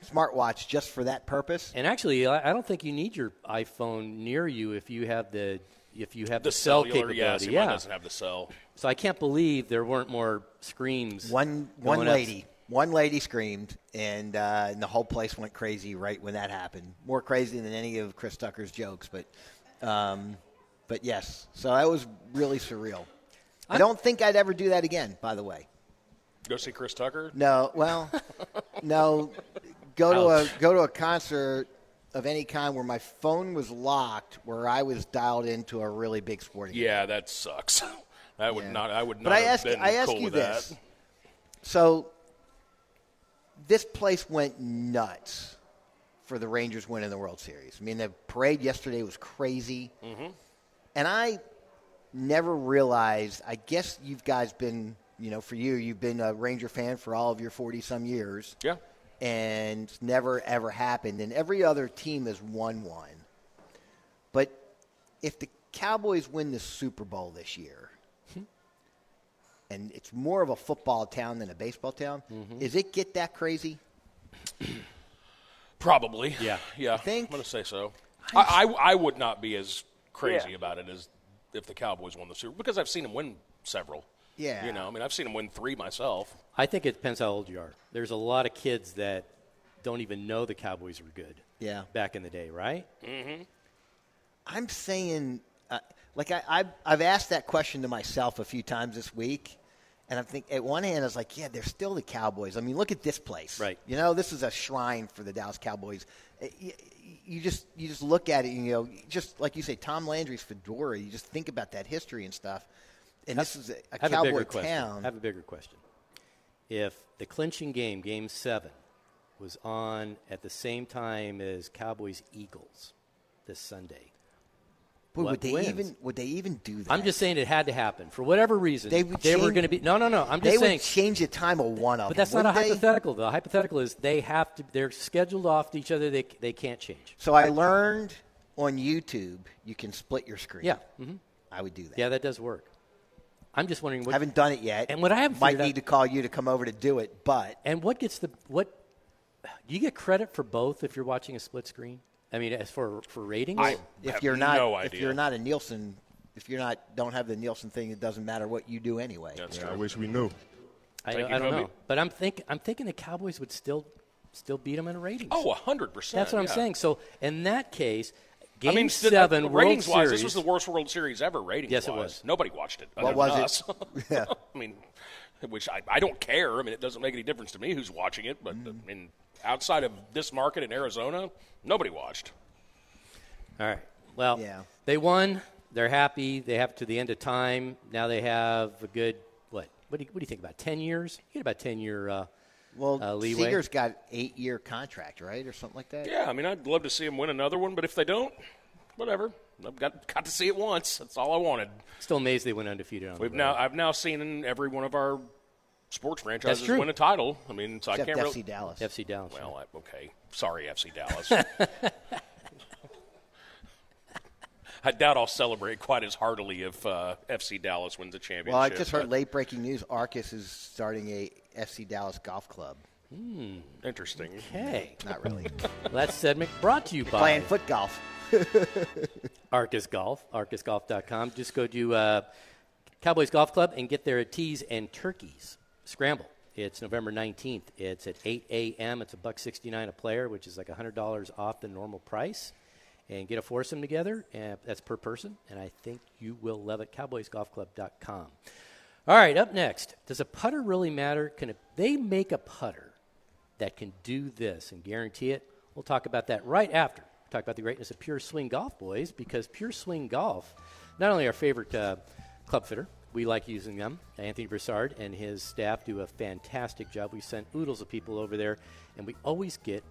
B: smartwatch just for that purpose.
C: and actually, I I don't think you need your iPhone near you if you have the if you have the,
A: The
C: cell
A: cellular,
C: capability.
A: yeah. See,
C: yeah.
A: mine doesn't have the cell.
C: So I can't believe there weren't more screams.
B: One, one
C: going up.
B: lady. One lady screamed, and, uh, and the whole place went crazy right when that happened. More crazy than any of Chris Tucker's jokes, but, um, but yes. So that was really surreal. I don't think I'd ever do that again. By the way,
A: Go see Chris Tucker.
B: no. Well, [LAUGHS] no. Go to a go to a concert of any kind where my phone was locked, where I was dialed into a really big sporting.
A: Yeah, that sucks. [LAUGHS] I would
B: Yeah.
A: not. I would not.
B: But I
A: have
B: ask,
A: been
B: I ask
A: cool
B: you
A: with
B: this.
A: That.
B: So this place went nuts for the Rangers winning the World Series. I mean, the parade yesterday was crazy. Mm-hmm. And I never realized, I guess you've guys been, you know, for you, you've been a Ranger fan for all of your 40 some years.
A: Yeah.
B: And it's never, ever happened. And every other team has won one. But if the Cowboys win the Super Bowl this year, and it's more of a football town than a baseball town, is it get that crazy?
A: Probably.
C: Yeah.
A: [LAUGHS] Yeah. I
B: think-
A: am gonna say so. I, I I would not be as crazy about it as if the Cowboys won the Super because I've seen them win several.
B: Yeah.
A: You know, I mean, I've seen them win three myself.
C: I think it depends how old you are. There's a lot of kids that don't even know the Cowboys were good.
B: Yeah.
C: Back in the day, right?
B: I'm saying, uh, like I, I've, I've asked that question to myself a few times this week, and I'm think at one hand I was like, yeah, they're still the Cowboys. I mean, look at this place,
C: Right.
B: You know, this is a shrine for the Dallas Cowboys. Uh, You, you just you just look at it, and, you know, just like you say, Tom Landry's fedora. You just think about that history and stuff. And this is a, a
C: I have a
B: cowboy
C: bigger question.
B: town.
C: I have a bigger question. If the clinching game, Game Seven, was on at the same time as Cowboys Eagles this Sunday,
B: Boy,
C: what
B: would they
C: wins?
B: even would they even do that?
C: I'm just saying it had to happen for whatever reason.
B: They would
C: were
B: change-
C: going to be no, no, no. I'm
B: they
C: just
B: would
C: saying.
B: change the time of one of
C: But
B: them.
C: that's not a
B: wouldn't they?
C: hypothetical. The hypothetical is they have to. They're scheduled off to each other. They they can't change.
B: So I learned on YouTube you can split your screen.
C: Yeah. hmm
B: I would do that.
C: Yeah, that does work. I'm just wondering what
B: haven't done it yet.
C: And what I haven't
B: might
C: figured out-
B: need to call you to come over to do it, but
C: and what gets the what do you get credit for both if you're watching a split screen? I mean, as for for ratings,
A: I
B: if
A: have
B: you're not
A: no
B: if
A: idea.
B: you're not a Nielsen if you're not don't have the Nielsen thing, it doesn't matter what you do anyway.
A: That's
E: I
A: true.
E: wish we knew.
C: I,
A: Thank you,
C: I don't
A: Kobe.
C: know. But I'm think I'm thinking the Cowboys would still still beat them in ratings.
A: Oh, hundred percent.
C: that's what I'm saying. So in that case, game
A: I mean, st-
C: seven
A: uh,
C: World
A: ratings wise,
C: Series.
A: this was the worst World Series ever. Ratings
C: Yes, it
A: wise.
C: was.
A: Nobody watched it.
B: What
A: [LAUGHS] other
B: was
A: than us.
B: it? Yeah.
A: I mean, which I, I don't care. I mean, it doesn't make any difference to me who's watching it. But I mean, outside of this market in Arizona, nobody watched.
C: All right. Well,
B: Yeah.
C: they won. They're happy. They have to the end of time. Now they have a good what? What do you, what do you think about ten years? You get about ten year. Uh,
B: Well,
C: uh, leeway.
B: Seager's got eight year contract, right, or something like that.
A: Yeah, I mean, I'd love to see him win another one, but if they don't, whatever. I've got got to see it once. That's all I wanted.
C: Still amazed they went undefeated on. the
A: We've
C: road.
A: now I've now seen in every one of our sports franchises
C: true.
A: win a title. I mean, so I
B: Except
A: can't
B: FC
A: really.
B: Dallas.
C: FC Dallas.
A: Well, I, okay. Sorry, FC Dallas. I doubt I'll celebrate quite as heartily if uh, FC Dallas wins a championship.
B: well, I just heard
A: but
B: late breaking news: Arcus is starting a FC Dallas golf club.
A: Interesting.
C: okay.
B: Not really
C: [LAUGHS] Well, that segment brought to you by
B: playing foot golf.
C: Arcus Golf, arcusgolf.com. Just go to uh, Cowboys Golf Club and get their tees and turkeys scramble. It's November 19th. It's at 8 a.m. It's a buck 69 a player, which is like $100 off the normal price. And get a foursome together, and that's per person. And I think you will love it. CowboysGolfClub.com. All right, up next. Does a putter really matter? Can it, they make a putter that can do this and guarantee it? We'll talk about that right after. we talk about the greatness of Pure Swing Golf Boys because Pure Swing Golf, not only our favorite uh, club fitter, we like using them. Anthony Broussard and his staff do a fantastic job. We sent oodles of people over there, and we always get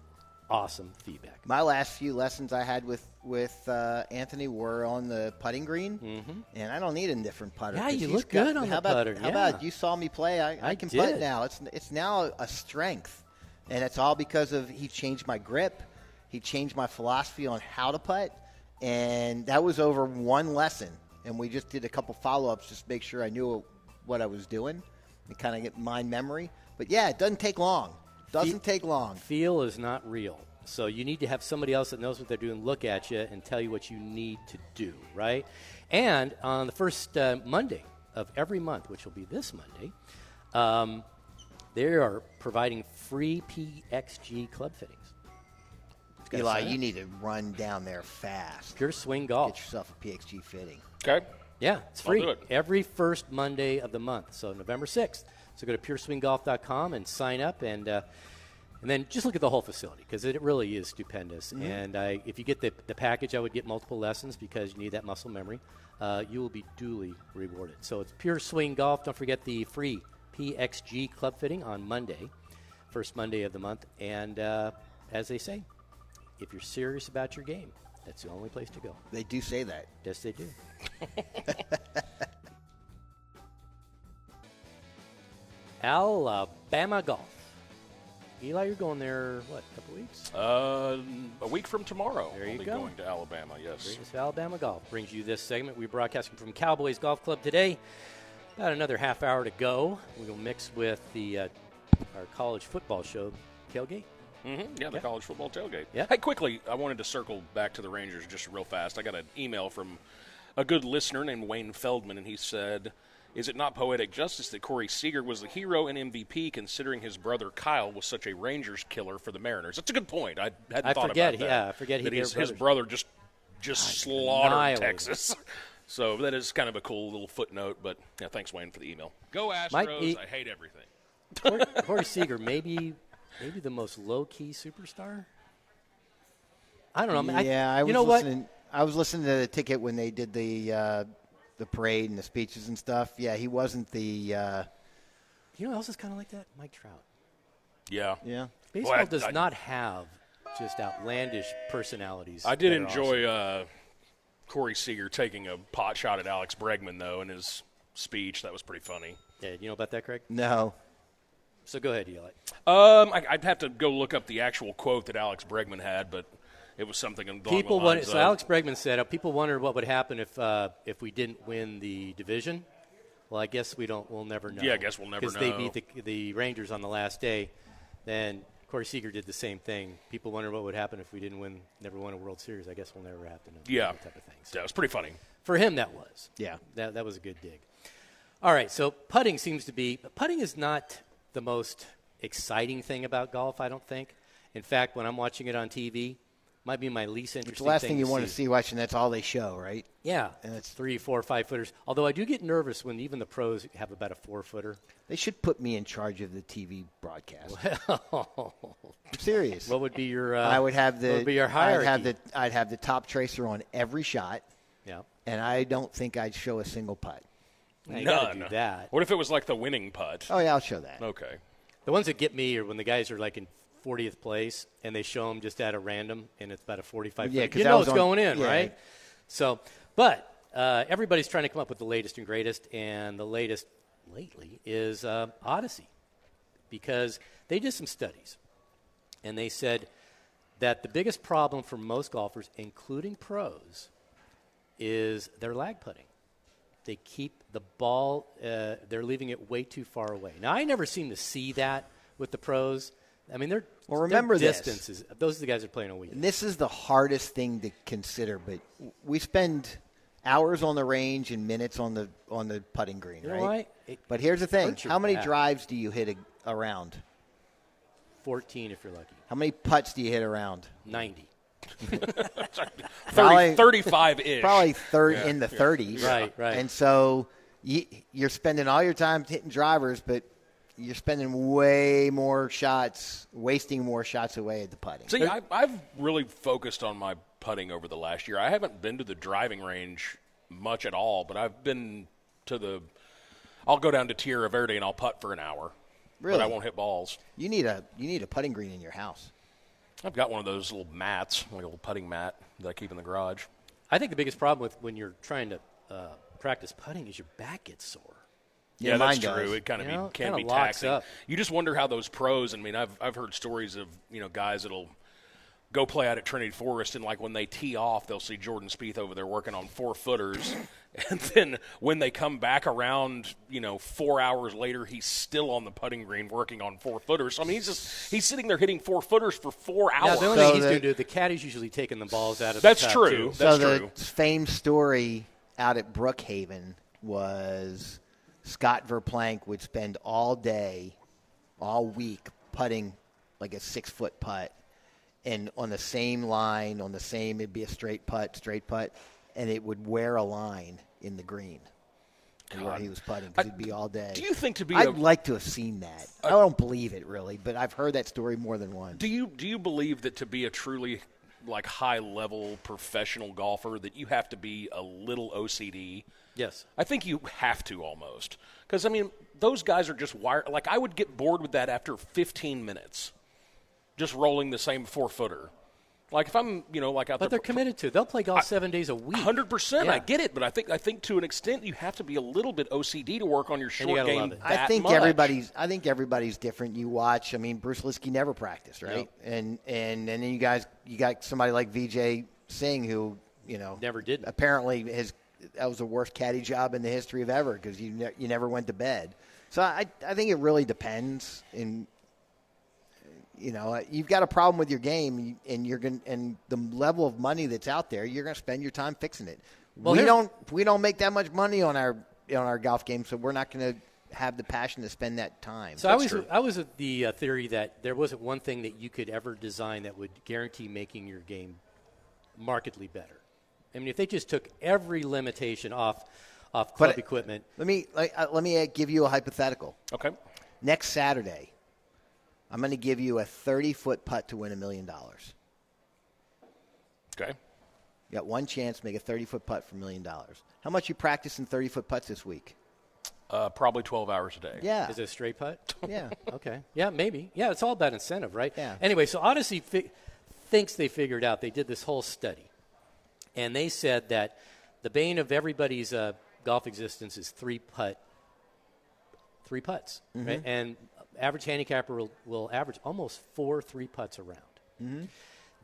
C: awesome feedback.
B: My last few lessons I had with with uh, Anthony were on the putting green, mm-hmm. and I don't need a different putter.
C: Yeah,
B: 'cause
C: you
B: he's
C: look good on
B: how
C: the
B: about,
C: putter,
B: How
C: yeah.
B: about you saw me play? I, I,
C: I
B: can
C: did.
B: putt now. It's it's now a strength, and it's all because of he changed my grip, he changed my philosophy on how to putt, and that was over one lesson. And we just did a couple follow ups just to make sure I knew what I was doing, and kind of get mind memory. But yeah, it doesn't take long. Doesn't take long.
C: Feel is not real. So you need to have somebody else that knows what they're doing look at you and tell you what you need to do, right? And on the first uh, Monday of every month, which will be this Monday, um, they are providing free PXG club fittings. Just gotta
B: Eli,
C: sign
B: you
C: up.
B: need to run down there fast.
C: Pure Swing Golf.
B: Get yourself a PXG fitting.
A: Okay.
C: Yeah, it's
A: I'll
C: free
A: do it.
C: every first Monday of the month. So November sixth. So go to pureswinggolf.com and sign up, and uh, and then just look at the whole facility because it really is stupendous.
A: Mm-hmm.
C: And I, if you get the, the package, I would get multiple lessons because you need that muscle memory. Uh, you will be duly rewarded. So it's Pure Swing Golf. Don't forget the free PXG club fitting on Monday, first Monday of the month. And uh, as they say, if you're serious about your game, that's the only place to go.
B: They do say that.
C: Yes, they do. [LAUGHS] Alabama golf. Eli, you're going there what? A couple weeks.
A: Uh, a week from tomorrow,
C: There you
A: I'll be
C: go.
A: going to Alabama. Yes.
C: Greatest of Alabama golf brings you this segment. We're broadcasting from Cowboys Golf Club today. About another half hour to go. We're gonna mix with the uh, our college football show tailgate.
A: hmm Yeah, the college football tailgate.
C: Yeah.
A: Hey, quickly, I wanted to circle back to the Rangers just real fast. I got an email from a good listener named Wayne Feldman, and he said, "Is it not poetic justice that Corey Seager was the hero and MVP, considering his brother Kyle was such a Rangers killer for the Mariners?" That's a good point. I hadn't
C: I
A: thought
C: forget,
A: about that.
C: yeah, I forget he-
A: that
C: they're
A: his, his
C: brothers.
A: brother just just slaughtered
C: annihilated.
A: Texas. [LAUGHS] so that is kind of a cool little footnote. But yeah, thanks, Wayne, for the email. Go Astros!
C: Mike, he- I
A: hate everything.
C: Corey,
B: [LAUGHS]
C: Corey Seager, maybe maybe the most low key superstar. I don't know. man.
B: yeah, I,
C: you
B: was
C: know what?
B: listening. I was listening to the ticket when they did the uh, the parade and the speeches and stuff. Yeah, he wasn't the uh,
C: You know who else is kind of like that? Mike Trout.
A: Yeah.
B: yeah.
C: Baseball
A: I-
C: does
A: I-
C: not have just outlandish personalities.
A: I did
C: that are awesome.
A: enjoy uh, Corey Seager taking a pot shot at Alex Bregman, though, in his speech. That was pretty funny.
C: Yeah, you know about that, Craig?
B: No,
C: So go ahead, Eli.
A: Um, I, I'd have to go look up the actual quote that Alex Bregman had, but it was something along
C: People,
A: the lines
C: wanted, so
A: of-
C: Alex Bregman said, uh, people wondered what would happen if uh, if we didn't win the division. Well, I guess we don't. We'll never know.
A: Yeah, I guess we'll never
C: Because they
A: know.
C: beat the, the Rangers on the last day. Then Corey Seager did the same thing. People wonder what would happen if we didn't win, never won a World Series. I guess we'll never have to know.
A: Yeah.
C: that type of thing. So-
A: That was pretty funny.
C: For him, that was.
B: Yeah.
C: That, that was a good dig. All right, so putting seems to be, putting is not the most exciting thing about golf, I don't think. In fact, when I'm watching it on TV, Might be my least interesting.
B: It's the last thing, you
C: to
B: want to see watching. That's all they show, right?
C: Yeah,
B: And it's-
C: three, four, five footers. Although I do get nervous when even the pros have about a four footer.
B: They should put me in charge of the TV broadcast. [LAUGHS] I'm serious.
C: What would be your? Uh,
B: I would have
C: What
B: the.
C: would be your
B: I'd
C: hierarchy?
B: have the. I'd have the top tracer on every shot,
C: Yeah.
B: and I don't think I'd show a single putt.
C: Yeah, you gotta
A: None.
C: do that.
A: What if it was like the winning putt?
B: Oh yeah, I'll show that.
A: Okay.
C: The ones that get me are when the guys are like in 40th place and they show them just at a random and it's about a 45.
B: Yeah,
C: footer.
B: 'cause
C: you
B: that
C: know
B: was
C: it's
B: on-
C: going in,
B: yeah.
C: right? So, but uh, everybody's trying to come up with the latest and greatest, and the latest lately is uh, Odyssey because they did some studies and they said that the biggest problem for most golfers, including pros, is their lag putting. They keep the ball, uh, they're leaving it way too far away. Now, I never seem to see that with the pros. I mean, they're
B: Well, remember
C: their
B: this.
C: distances. Those are the guys that are playing a week.
B: And this is the hardest thing to consider, but we spend hours on the range and minutes on the on the putting green,
C: You're
B: right?
C: right. It
B: but here's the thing:
C: hurts your
B: how many
C: back.
B: drives do you hit a, a round?
C: 14 if you're lucky,
B: How many putts do you hit a round?
C: 90.
A: 35 ish.
B: probably third in the 30s.
C: Right, right.
B: And so you, you're spending all your time hitting drivers, but you're spending way more shots, wasting more shots away at the putting.
A: See, I, I've really focused on my putting over the last year. I haven't been to the driving range much at all, but I've been to the. I'll go down to Tierra Verde and I'll putt for an hour.
B: Really?
A: But I won't hit balls.
B: you need a you need a putting green in your house.
A: I've got one of those little mats, like a little putting mat that I keep in the garage.
C: I think the biggest problem with when you're trying to uh, practice putting is your back gets sore.
B: Yeah,
A: that's
B: mine does.
A: true. It kind of
C: You know,
A: be, can
C: kinda
A: be
C: locks
A: taxing.
C: up.
A: You just wonder how those pros. I mean, I've I've heard stories of you know guys that'll go play out at Trinity Forest, and like when they tee off, they'll see Jordan Spieth over there working on four footers, [LAUGHS] and then when they come back around, you know, four hours later, he's still on the putting green working on four footers. So, I mean, he's just he's sitting there hitting four footers for four
C: Now,
A: hours.
C: the only thing
B: So
C: he's
B: the-
C: going to do, the caddy's usually taking the balls out of
A: That's
C: the cup,
A: true.
C: too.
A: That's
B: so
A: true.
B: the famed story out at Brookhaven was Scott Verplank would spend all day, all week putting like a six foot putt, and on the same line, on the same, it'd be a straight putt, straight putt, and it would wear a line in the green where he was putting because it'd be all day.
A: do you think to be
B: I'd
A: a-
B: like to have seen that. I don't believe it really, but I've heard that story more than once.
A: Do you do you believe that to be a truly like high level professional golfer that you have to be a little OCD?
C: Yes.
A: I think you have to almost because I mean those guys are just wired. Like I would get bored with that after 15 minutes, just rolling the same four footer. Like if I'm you know like out
C: But they're
A: there
C: committed to. it. They'll play golf seven days a week.
A: Hundred percent, I
C: Yeah.
A: get it, but I think I think to an extent you have to be a little bit OCD to work on your short
C: gotta
A: game.
C: love it.
B: I
A: that
B: think
A: much.
B: everybody's. I think everybody's different. You watch. I mean, Bruce Liskey never practiced, right? And and and then you guys, you got somebody like VJ Singh, who you know
C: Never did.
B: Apparently, his that was the worst caddy job in the history of ever because you ne- you never went to bed. So I I think it really depends. And you know, uh, you've got a problem with your game, and you're going and the level of money that's out there, you're going to spend your time fixing it. we
C: here's-
B: don't we don't make that much money on our on our golf game, so we're not going to have the passion to spend that time.
C: So I was I was of the uh, theory that there wasn't one thing that you could ever design that would guarantee making your game markedly better. I mean, if they just took every limitation off off club
B: it-
C: equipment,
B: let me like, uh, let me uh, give you a hypothetical.
A: okay.
B: Next Saturday, I'm going to give you a 30 foot putt to win a million dollars.
A: Okay,
B: You got one chance, make a 30 foot putt for a million dollars. How much you practice in 30 foot putts this week?
A: uh, probably 12 hours a day.
B: Yeah,
C: is it a straight putt?
B: yeah.
C: okay. [LAUGHS] Yeah, maybe. Yeah, it's all about incentive, right?
B: Yeah.
C: Anyway, so Odyssey fi- thinks they figured out. They did this whole study, and they said that the bane of everybody's uh, golf existence is three putt, three putts, right? And average handicapper will, will average almost four three putts around.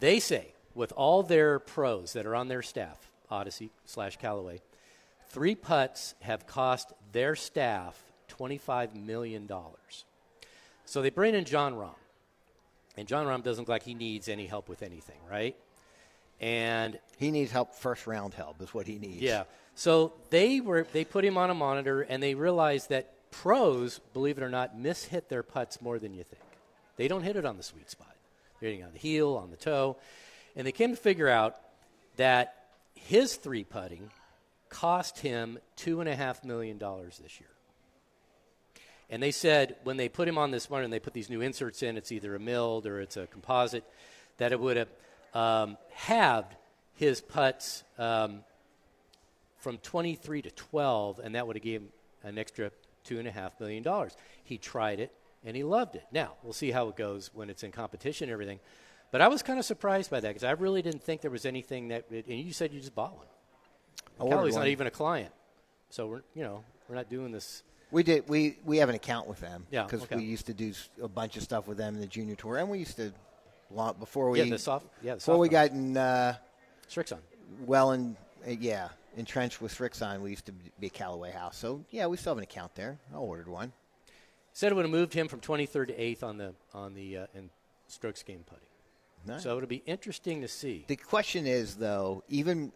C: They say with all their pros that are on their staff, Odyssey slash Callaway, three putts have cost their staff twenty five million dollars. So they bring in John Rahm. And John Rahm doesn't look like he needs any help with anything, right? And
B: He needs help. First round help is what he needs.
C: yeah. So they were they put him on a monitor and they realized that pros, believe it or not, mishit their putts more than you think. They don't hit it on the sweet spot. They're hitting on the heel, on the toe. And they came to figure out that his three putting cost him $2.5 million this year. And they said when they put him on this one and they put these new inserts in, it's either a milled or it's a composite, that it would have um, halved his putts um, from 23 to 12, and that would have given an extra $2.5 million. He tried it and he loved it. Now, we'll see how it goes when it's in competition and everything. But I was kind of surprised by that because I really didn't think there was anything that, it, and you said you just bought one.
B: ordered
C: Callie's not
B: one.
C: even a client. So we're, you know, we're not doing this
B: We did. We we have an account with them.
C: Yeah,
B: Because
C: okay.
B: we used to do s- a bunch of stuff with them in the junior tour, and we used to launch before we
C: Yeah, the soft- yeah, the
B: before we
C: softball.
B: got in uh,
C: Strixon.
B: well in uh, yeah entrenched with Rixon. We used to be a Callaway house, so yeah, we still have an account there. I ordered one.
C: Said it would have moved him from 23rd to 8th on the on the uh, in strokes game putting.
B: Nice.
C: So it'll be interesting to see.
B: The question is though, even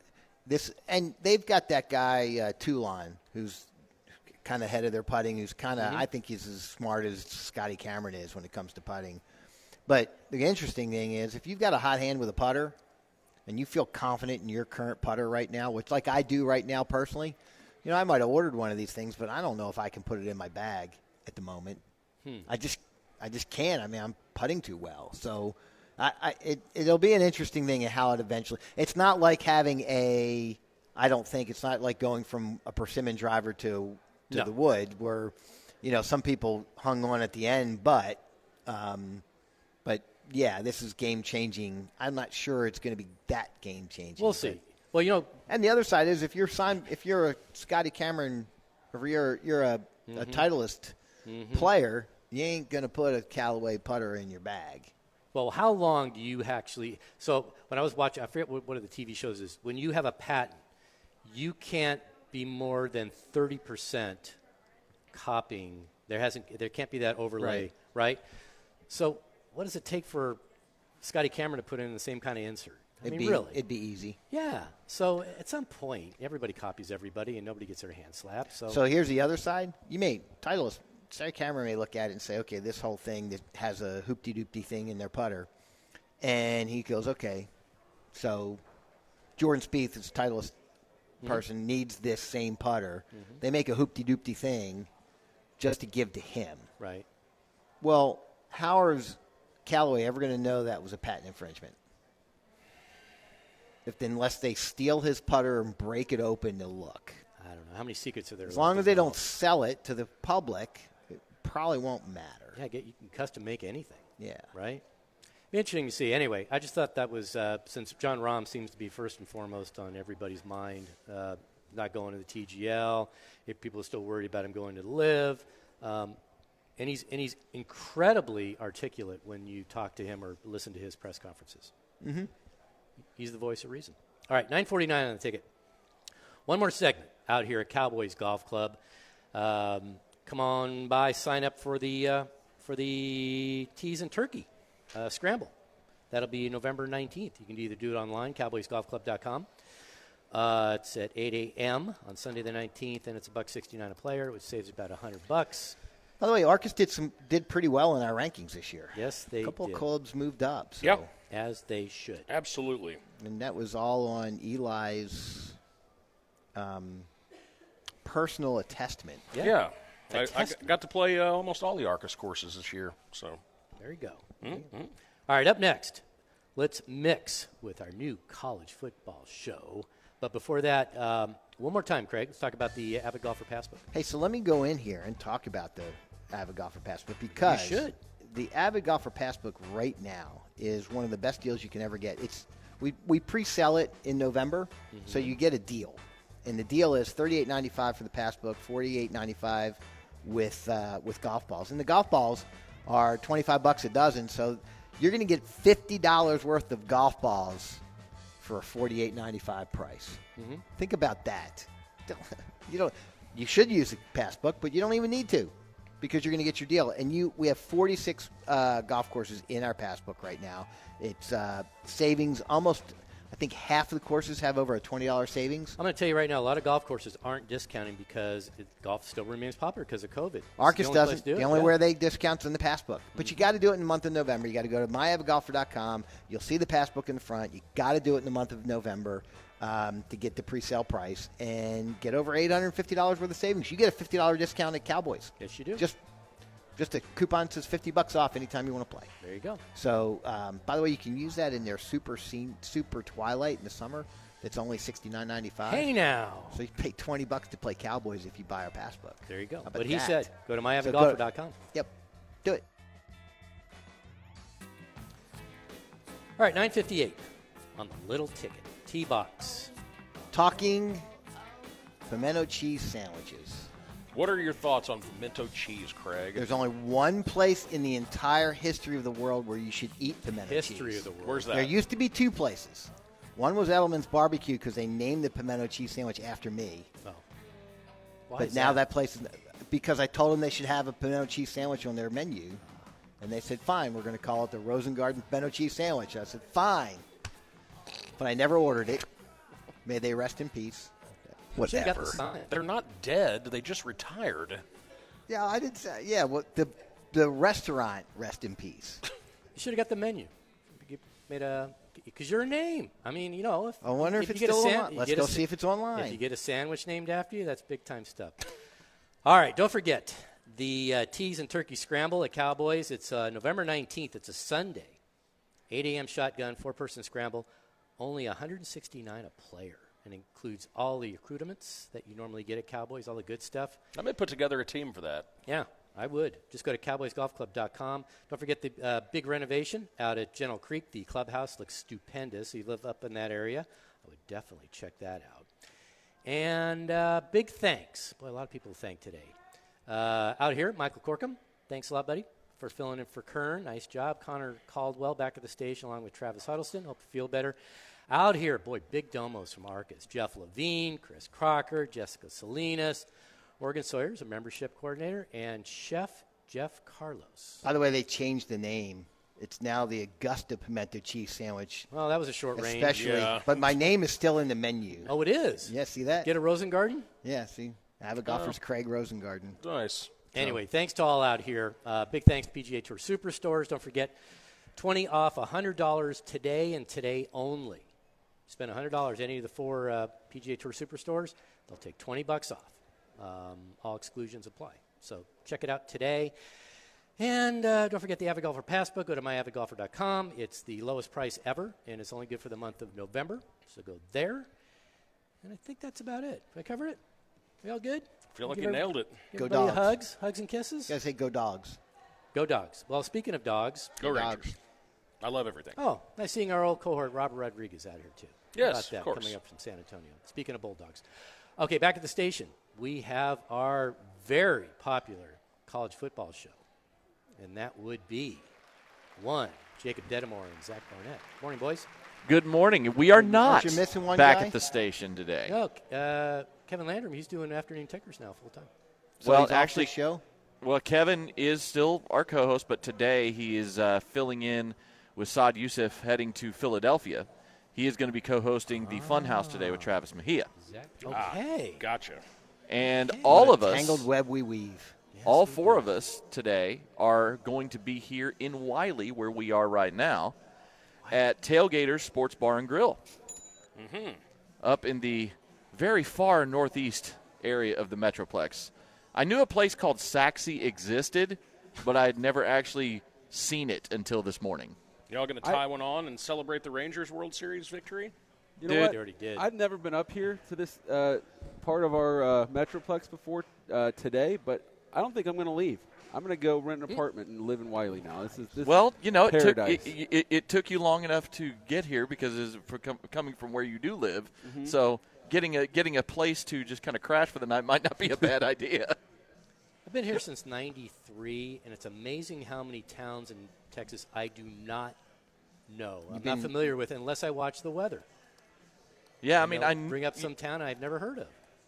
B: this, and they've got that guy uh, Toulon, who's kind of head of their putting, who's kind of I think he's as smart as Scotty Cameron is when it comes to putting. But the interesting thing is, if you've got a hot hand with a putter, and you feel confident in your current putter right now, which like I do right now personally, you know I might have ordered one of these things, but I don't know if I can put it in my bag at the moment.
C: Hmm.
B: I just I just can't. I mean I'm putting too well, so I, I it it'll be an interesting thing in how it eventually. It's not like having a I don't think it's not like going from a persimmon driver to to
C: No.
B: the wood where you know some people hung on at the end, but um, but yeah, this is game changing. I'm not sure it's going to be that game changing.
C: We'll see. Well, you know,
B: And the other side is if you're Simon, if you're a Scotty Cameron, or you're you're a,
C: Mm-hmm.
B: a titleist player, you ain't going to put a Callaway putter in your bag.
C: well, how long do you actually? So when I was watching, I forget what one of the TV shows is. When you have a patent, you can't be more than 30 percent copying. There hasn't, there can't be that overlay, right?
B: Right.
C: So what does it take for Scotty Cameron to put in the same kind of insert? I
B: It'd
C: mean,
B: be
C: really,
B: it'd be easy.
C: Yeah. So at some point, everybody copies everybody, and nobody gets their hand slapped. So,
B: So here's the other side. You may titleist Sarah Cameron may look at it and say, okay, this whole thing that has a hoopty doopty thing in their putter, and he goes, okay, so Jordan Spieth is a titleist
C: Mm-hmm.
B: person needs this same putter. They make a hoopty doopty thing just to give to him.
C: right.
B: Well, how is Callaway ever going to know that was a patent infringement? If unless they steal his putter and break it open to look.
C: I don't know how many secrets are there.
B: As long as they don't sell it to the public, it probably won't matter.
C: Yeah, get, you can custom make anything.
B: Yeah.
C: Right. Be interesting to see. Anyway, I just thought that was uh, since John Rahm seems to be first and foremost on everybody's mind. Uh, not going to the TGL. If people are still worried about him going to live. Um, and he's, and he's incredibly articulate when you talk to him or listen to his press conferences. He's the voice of reason. All right, 949 on the ticket. One more segment out here at Cowboys Golf Club. Um, come on by, sign up for the uh, for the teas and turkey uh, scramble. That'll be November 19th. You can either do it online, cowboysgolfclub.com. Uh, it's at 8 a.m. on Sunday the 19th, and it's a buck 69 a player, which saves about 100 bucks.
B: By the way, Arcus did some did pretty well in our rankings this year.
C: Yes, they
B: a couple
C: did.
B: of clubs moved up. So,
A: Yeah,
C: as they should.
A: absolutely.
B: and that was all on Eli's um, personal attestment.
C: Yeah.
A: Yeah. I, I
C: Fantastic.
A: g- got to play uh, almost all the Arcus courses this year. So
C: There you go. Mm-hmm. All right, up next, let's mix with our new college football show. But before that, um, one more time, Craig, let's talk about the Avid Golfer Passbook.
B: Hey, so let me go in here and talk about the Avid Golfer Passbook because
C: should.
B: the Avid Golfer Passbook right now is one of the best deals you can ever get. It's we, we pre-sell it in November, so you get a deal, and the deal is thirty eight ninety five for the passbook, forty eight ninety five with uh, with golf balls, and the golf balls are twenty five bucks a dozen, so you're going to get fifty dollars worth of golf balls for a forty eight ninety five price. Think about that. Don't, [LAUGHS] you don't. You should use the passbook, but you don't even need to because you're going to get your deal. And you, we have 46 uh, golf courses in our passbook right now. It's uh, savings almost. I think half of the courses have over a twenty dollars savings.
C: I'm going to tell you right now, a lot of golf courses aren't discounting because it, golf still remains popular because of COVID. It's
B: Arcus
C: the only place
B: doesn't.
C: to do
B: the
C: it,
B: only
C: yeah. Mm-hmm.
B: way they discounts in the passbook. But you got to do it in the month of November. You got to go to myabagolfer.com. You'll see the passbook in the front. You got to do it in the month of November um, to get the pre-sale price and get over eight hundred and fifty dollars worth of savings. You get a fifty dollar discount at Cowboys.
C: Yes, you do.
B: Just, just a coupon says fifty bucks off anytime you want to play.
C: there you go.
B: So, um, by the way, you can use that in their super scene, super twilight in the summer. That's only sixty nine ninety five.
C: Hey now.
B: So you pay twenty bucks to play Cowboys if you buy our passbook.
C: There you go.
B: How about
C: But he
B: that?
C: said, go to
B: go-
C: myavagolfer.com.
B: Yep, do it.
C: All right, 958 on the little ticket. T box.
B: Talking pimento cheese sandwiches.
A: What are your thoughts on pimento cheese, Craig?
B: There's only one place in the entire history of the world where you should eat pimento
C: History
B: cheese.
C: of the world.
A: Where's that?
B: There used to be two places. One was Edelman's Barbecue because they named the pimento cheese sandwich after me.
C: Oh. Why
B: but
C: is
B: now that? place, is, because I told them they should have a pimento cheese sandwich on their menu, and they said, "Fine, we're going to call it the Rosengarten pimento cheese sandwich." I said, "Fine," but I never ordered it. May they rest in peace.
C: Should've got the
G: Whatever.
C: sign.
A: They're not dead. They just retired.
B: Yeah, I did. Say, yeah, well, the the restaurant rest in peace.
C: You should have got the menu. You made a because you're a name. I mean, you know. If,
B: I wonder if
C: you
B: it's
C: get a
B: still
C: san-
B: online.
C: you
B: Let's
C: get a
B: go
C: sa-
B: see if it's online.
C: If you get a sandwich named after you, that's big time stuff. All right, don't forget the uh, teas and turkey scramble at Cowboys. It's uh, November nineteenth. It's a Sunday, eight a.m. shotgun four person scramble. Only 169 a player, and includes all the accoutrements that you normally get at Cowboys, all the good stuff.
A: I may put together a team for that.
C: Yeah, I would. Just go to cowboysgolfclub.com. Don't forget the uh, big renovation out at Gentle Creek. The clubhouse looks stupendous. If you live up in that area, I would definitely check that out. And uh, big thanks. Boy, a lot of people to thank today. Uh, out here, Michael Corkum. Thanks a lot, buddy, for filling in for Kern. Nice job. Connor Caldwell back at the station along with Travis Huddleston. Hope you feel better. Out here, boy, big domos from Arcus. Jeff Levine, Chris Crocker, Jessica Salinas, Morgan Sawyer is a membership coordinator, and Chef Jeff Carlos.
B: By the way, they changed the name. It's now the Augusta pimento cheese sandwich,
C: Well, that was a short range.
B: especially.
A: yeah.
B: But my name is still in the menu.
C: Oh, it is.
B: Yeah, see that?
C: Get a Rosengarden?
B: yeah, see. I have a golfer's
C: Oh.
B: Craig Rosengarten.
A: Nice.
C: Anyway, thanks to all out here. Uh, big thanks PGA Tour Superstores. Don't forget, twenty off hundred dollars today and today only. Spend hundred dollars any of the four uh, PGA Tour Superstores. They'll take twenty bucks off. Um, all exclusions apply. So check it out today. And uh, don't forget the Avid Golfer Passbook. Go to myavidgolfer.com. It's the lowest price ever, and it's only good for the month of November. So go there. And I think that's about it. Did I cover it? We all good?
A: Feel like
C: Give
A: you
C: every-
A: nailed it.
B: Go
C: Everybody
B: dogs.
C: Hugs, hugs and kisses.
B: You gotta say go dogs.
C: Go dogs. Well, speaking of dogs,
A: Go
B: Dogs.
A: Rangers. I love everything.
C: oh, nice seeing our old cohort Robert Rodriguez out here too. How
A: Yes,
C: about
A: of
C: that,
A: course.
C: Coming up from San Antonio. Speaking of bulldogs, okay, back at the station, we have our very popular college football show, and that would be one Jacob Dedamore and Zach Barnett. Morning, boys.
E: Good morning. We are not
B: you missing one
E: back
B: guy?
E: at the station today.
C: No, uh, Kevin Landrum, he's doing afternoon tickers now full time.
B: So
E: well,
B: he's off the
E: actually,
B: show.
E: well, Kevin is still our co-host, but today he is uh, filling in with Saad Youssef heading to Philadelphia. He is going to be co-hosting the Funhouse today
B: Ah.
E: with Travis Mejia,
C: Okay.
A: Gotcha.
E: and all of us,
B: Tangled web we weave.
E: all four of us today, are going to be here in Wiley, where we are right now, at Tailgater's Sports Bar and Grill, up in the very far northeast area of the Metroplex. I knew a place called Saxy existed, but I had never actually seen it until this morning.
A: Y'all going to tie one on and celebrate the Rangers World Series victory?
H: You
E: Dude.
H: know what?
C: They already did.
H: I've never been up here to this uh, part of our uh, Metroplex before uh, today, but I don't think I'm going to leave. I'm going to go rent an apartment and live in Wiley now. This is this
E: Well,
H: is
E: you know, it took,
H: paradise.
E: it, it, it took you long enough to get here because it's for com- coming from where you do live.
H: Mm-hmm.
E: So getting a getting a place to just kind of crash for the night might not be a bad [LAUGHS] idea.
C: I've been here since 93, and it's amazing how many towns in Texas I do not know. I'm not familiar with unless I watch the weather.
E: Yeah, I mean,
C: They'll
E: I kn-
C: bring up some town I've never heard of.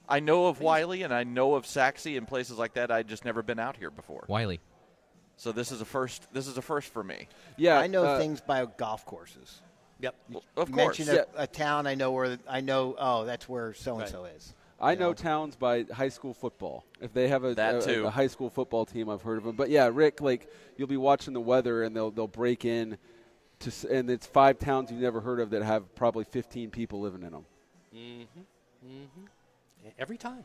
E: I know of Wiley and I know of Saxy and places like that. I'd just never been out here before.
I: Wiley.
E: So this is a first. This is a first for me.
H: yeah,
B: I know
H: uh,
B: things by golf courses.
C: Yep.
E: Well, of course.
B: Mention a, a town I know where I know. Oh, that's where so and so is.
H: I know towns by high school football. If they have a,
E: That
H: a- a-
E: too.
H: a high school football team, I've heard of them. But yeah, Rick, like you'll be watching the weather and they'll they'll break in to s- and it's five towns you've never heard of that have probably 15 people living in them.
C: e, Every time.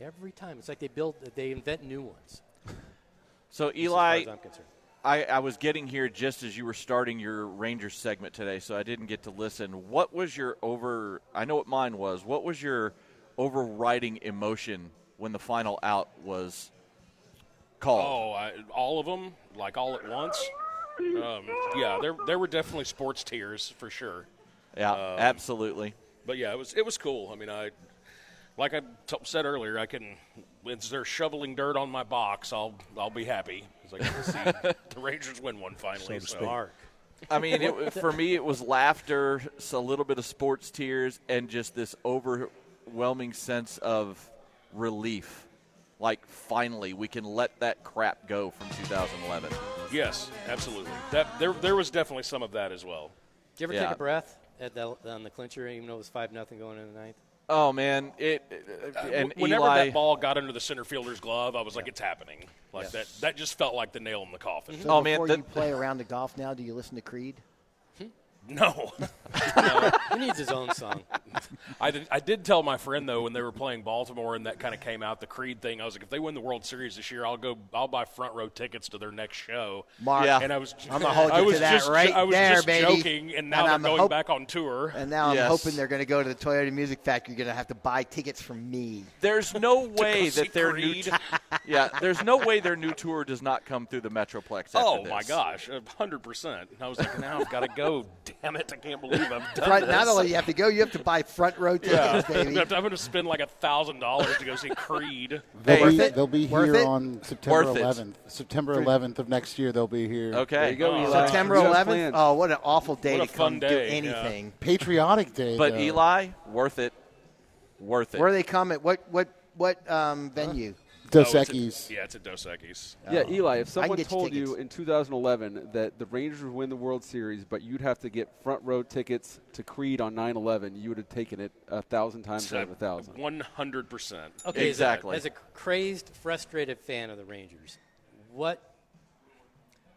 C: Every time. It's like they build, they invent new ones.
E: So
C: as far
E: Eli,
C: as I'm concerned.
E: I, I was getting here just as you were starting your Rangers segment today, so I didn't get to listen. What was your over? I know what mine was. What was your overriding emotion when the final out was called?
A: Oh, I, all of them, like all at once. Um, yeah, there there were definitely sports tears for sure.
E: yeah, absolutely.
A: But yeah, it was it was cool. I mean, I like I t- said earlier, I can. If they're shoveling dirt on my box, I'll I'll be happy. It's like I can [LAUGHS] see the Rangers win one finally. So,
E: I mean, it, for me, it was laughter, s- a little bit of sports tears, and just this overwhelming sense of relief. Like, finally, we can let that crap go from 2011.
A: yes, absolutely. That there there was definitely some of that as well.
C: Did you ever take
E: Yeah.
C: a breath at the, on the clincher, even though it was 5 nothing going into the ninth?
E: Oh man, it and
A: Uh, Whenever
E: Eli.
A: that ball got under the center fielder's glove, I was like, "It's happening!" Like that. That just felt like the nail in the coffin.
B: So
E: Oh, man,
B: before
E: the-
B: you play around the golf now, do you listen to Creed?
A: [LAUGHS] No, [LAUGHS]
C: He needs his own song.
A: I did, I did tell my friend though when they were playing Baltimore and that kind of came out the Creed thing. I was like, if they win the World Series this year, I'll go. I'll buy front row tickets to their next show.
B: Mark,
E: Yeah.
A: And I was,
B: I'm gonna hold
A: [LAUGHS] I
B: you
A: was
B: to that
A: just,
B: right
A: I was
B: there,
A: just
B: baby.
A: joking, and now
B: And
A: they're
B: I'm
A: going
B: hope-
A: back on tour.
B: And now
E: Yes.
B: I'm hoping they're going to go to the Toyota Music Factory. You're going to have to buy tickets from me.
A: [LAUGHS]
E: there's no way
A: see
E: that their
A: Creed.
E: need. [LAUGHS] yeah, there's no way their new tour does not come through the Metroplex. After
A: oh
E: this.
A: my gosh, hundred percent. And I was like, now I've got to go. Damn it, I can't believe
B: [LAUGHS]
A: I've done
B: Right,
A: this.
B: not only you have to go, you have to buy front row tickets,
A: I'm [LAUGHS]
B: baby.
A: going to spend like a thousand dollars to go see Creed.
I: They'll
E: Worth
I: be,
B: it?
I: they'll be
B: Worth
I: here
B: it?
I: on September
E: Worth it.
I: 11th. September 11th of next year, they'll be here.
E: Okay.
H: There you go,
A: Oh.
I: uh,
H: Eli.
B: September
H: You got
B: 11th.
H: plans.
B: Oh, what an awful day
A: What a
B: to
A: fun
B: come
A: day,
B: do
A: yeah.
B: anything.
I: Patriotic Day.
E: But
I: though.
E: Eli, worth it. Worth it.
B: Where do they come at? What what what um, venue?
I: Dos
A: Oh, it's a-
I: Equis.
A: yeah, it's at Dos Equis.
H: Yeah, Eli, if someone
B: get you
H: told you
B: tickets.
H: in 2011 that the Rangers would win the World Series, but you'd have to get front row tickets to Creed on 9/11, you would have taken it a thousand times out of a thousand.
A: One hundred percent.
C: Okay, as a-
E: Exactly.
C: As a, crazed, frustrated fan of the Rangers, what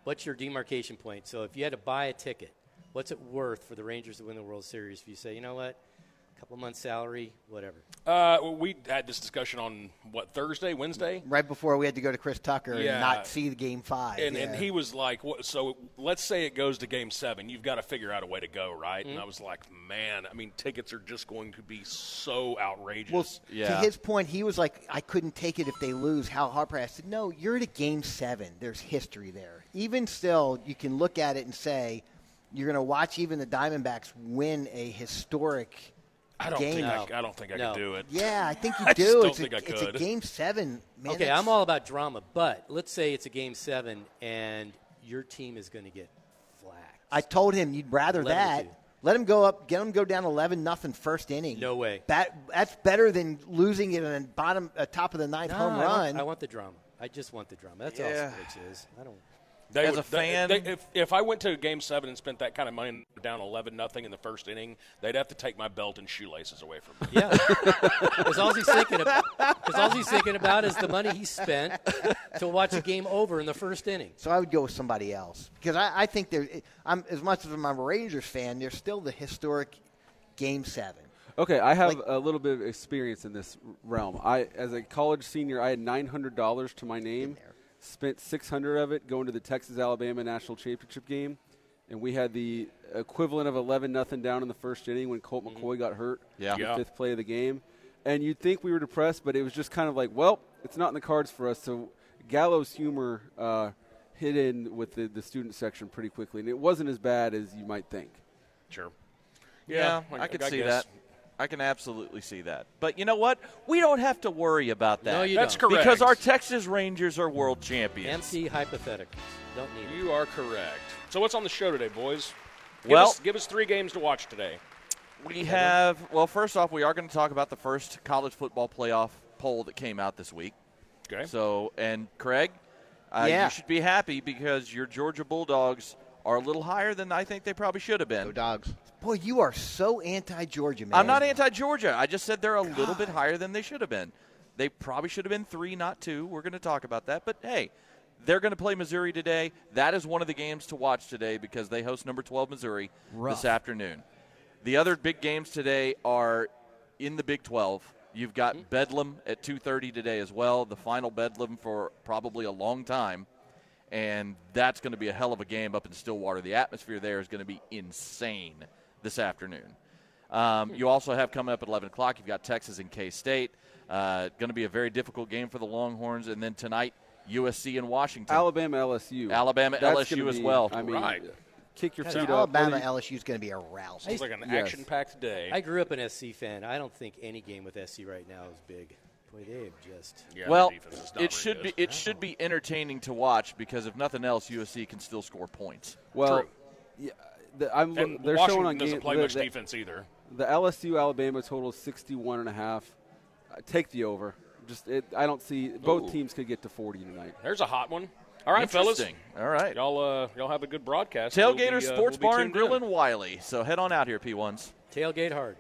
C: what's your demarcation point? So if you had to buy a ticket, what's it worth for the Rangers to win the World Series? If you say, you know what, a couple months' salary, whatever.
A: Uh, we had this discussion on what Thursday, Wednesday.
B: Right before we had to go to Chris Tucker
A: Yeah.
B: and not see the game five.
A: and,
B: yeah.
A: and he was like, what, so let's say it goes to game seven. You've got to figure out a way to go, right?
C: Mm-hmm.
A: And I was like, man, I mean, tickets are just going to be so outrageous.
B: Well,
E: Yeah.
B: to his point, he was like, I couldn't take it if they lose. How Harper I said, No, you're at a game seven. There's history there. Even still, you can look at it and say, you're going to watch even the Diamondbacks win a historic
A: I don't
B: game.
A: think I,
C: No.
A: I don't think I
C: No.
A: could do it.
B: Yeah, I think you
A: [LAUGHS] I
B: do.
A: just don't
B: it's,
A: think
B: a,
A: I
B: it's a
A: could.
B: game seven, man.
C: okay,
B: that's-
C: I'm all about drama, but let's say it's a game seven and your team is going to get flacked.
B: I told him you'd rather
C: Eleven
B: that.
C: to two.
B: Let him go up. Get him go down eleven nothing first inning.
C: No way.
B: That that's better than losing it in a bottom, a top of the ninth
C: No,
B: home
C: I want-
B: run.
C: I want the drama. I just want the drama. That's
E: Yeah.
C: all sports is. I don't.
A: They
E: As
A: would-
E: a
A: they-
E: fan-
A: they- if, if I went to game seven and spent that kind of money and were down 11 nothing in the first inning, they'd have to take my belt and shoelaces away from me.
C: Yeah, because all he's thinking about, because all he's thinking about is the money he spent to watch a game over in the first inning.
B: So I would go with somebody else because I, I think there. I'm as much as I'm a Rangers fan. There's still the historic Game Seven.
H: Okay, I have a little bit of experience in this realm. I, as a college senior, I had nine hundred dollars to my name. Spent six hundred of it going to the Texas Alabama national championship game, and we had the equivalent of eleven nothing down in the first inning when Colt McCoy got hurt.
E: Yeah.
H: the
A: Yeah.
H: fifth play of the game, and you'd think we were depressed, but it was just kind of like, well, it's not in the cards for us. So gallows humor uh, hit in with the, the student section pretty quickly, and it wasn't as bad as you might think.
A: Sure.
E: Yeah, I, could see
A: guess.
E: that. I can absolutely see that. But you know what? We don't have to worry about that.
C: No, you
A: That's
C: don't.
A: correct.
E: Because our Texas Rangers are world champions.
C: Empty hypotheticals. Don't need it.
A: You are correct. So what's on the show today, boys? Give
E: Well-
A: us, give us three games to watch today.
E: We have, well, first off, we are going to talk about the first college football playoff poll that came out this week.
A: Okay.
E: So, and Craig, uh,
B: Yeah.
E: you should be happy because your Georgia Bulldogs are a little higher than I think they probably should have been.
B: Go dogs. Boy, you are so anti-Georgia, man.
E: I'm not anti-Georgia. I just said they're a little bit higher than they should have been. They probably should have been three, not two. We're going to talk about that. But hey, they're going to play Missouri today. That is one of the games to watch today because they host number 12 Missouri
J: Rough.
E: this afternoon. The other big games today are in the Big 12. You've got Bedlam at 2:30 today as well. The final Bedlam for probably a long time. And that's going to be a hell of a game up in Stillwater. The atmosphere there is going to be insane this afternoon. Um, you also have coming up at 11 o'clock, you've got Texas and K State. Uh, going to be a very difficult game for the Longhorns. And then tonight, USC and Washington.
H: Alabama LSU.
E: Alabama,
H: That's
E: LSU
H: gonna
E: as
H: be-
E: well.
H: I mean,
A: Right.
H: kick your
B: Because
H: feet up.
B: Alabama
H: What do you-
B: LSU is going to be a rouse.
A: It's like an
H: Yes.
A: action-packed day.
C: I grew up an SC fan. I don't think any game with SC right now is big. Boy, they have just
A: Yeah,
E: well,
A: the defense is not
E: it
A: very
E: should
A: good.
E: be it should be entertaining to watch because if nothing else, USC can still score points.
H: Well,
A: True.
H: yeah, the, I'm,
A: And
H: they're showing
A: Washington
H: on
A: doesn't
H: game,
A: play
H: the,
A: much
H: the,
A: defense either.
H: the LSU Alabama total is 61 and a half. Uh, take the over. Just it, I don't see both
A: Ooh.
H: teams could get to 40 tonight.
A: There's a hot one. All right, fellas.
E: Interesting. All right.
A: Y'all, uh, y'all have a good broadcast. We'll
E: Tailgater
A: be, uh,
E: Sports
A: we'll be
E: Bar and
A: tuned in.
E: Grill in Wiley. So head on out here, P1s.
C: tailgate hard.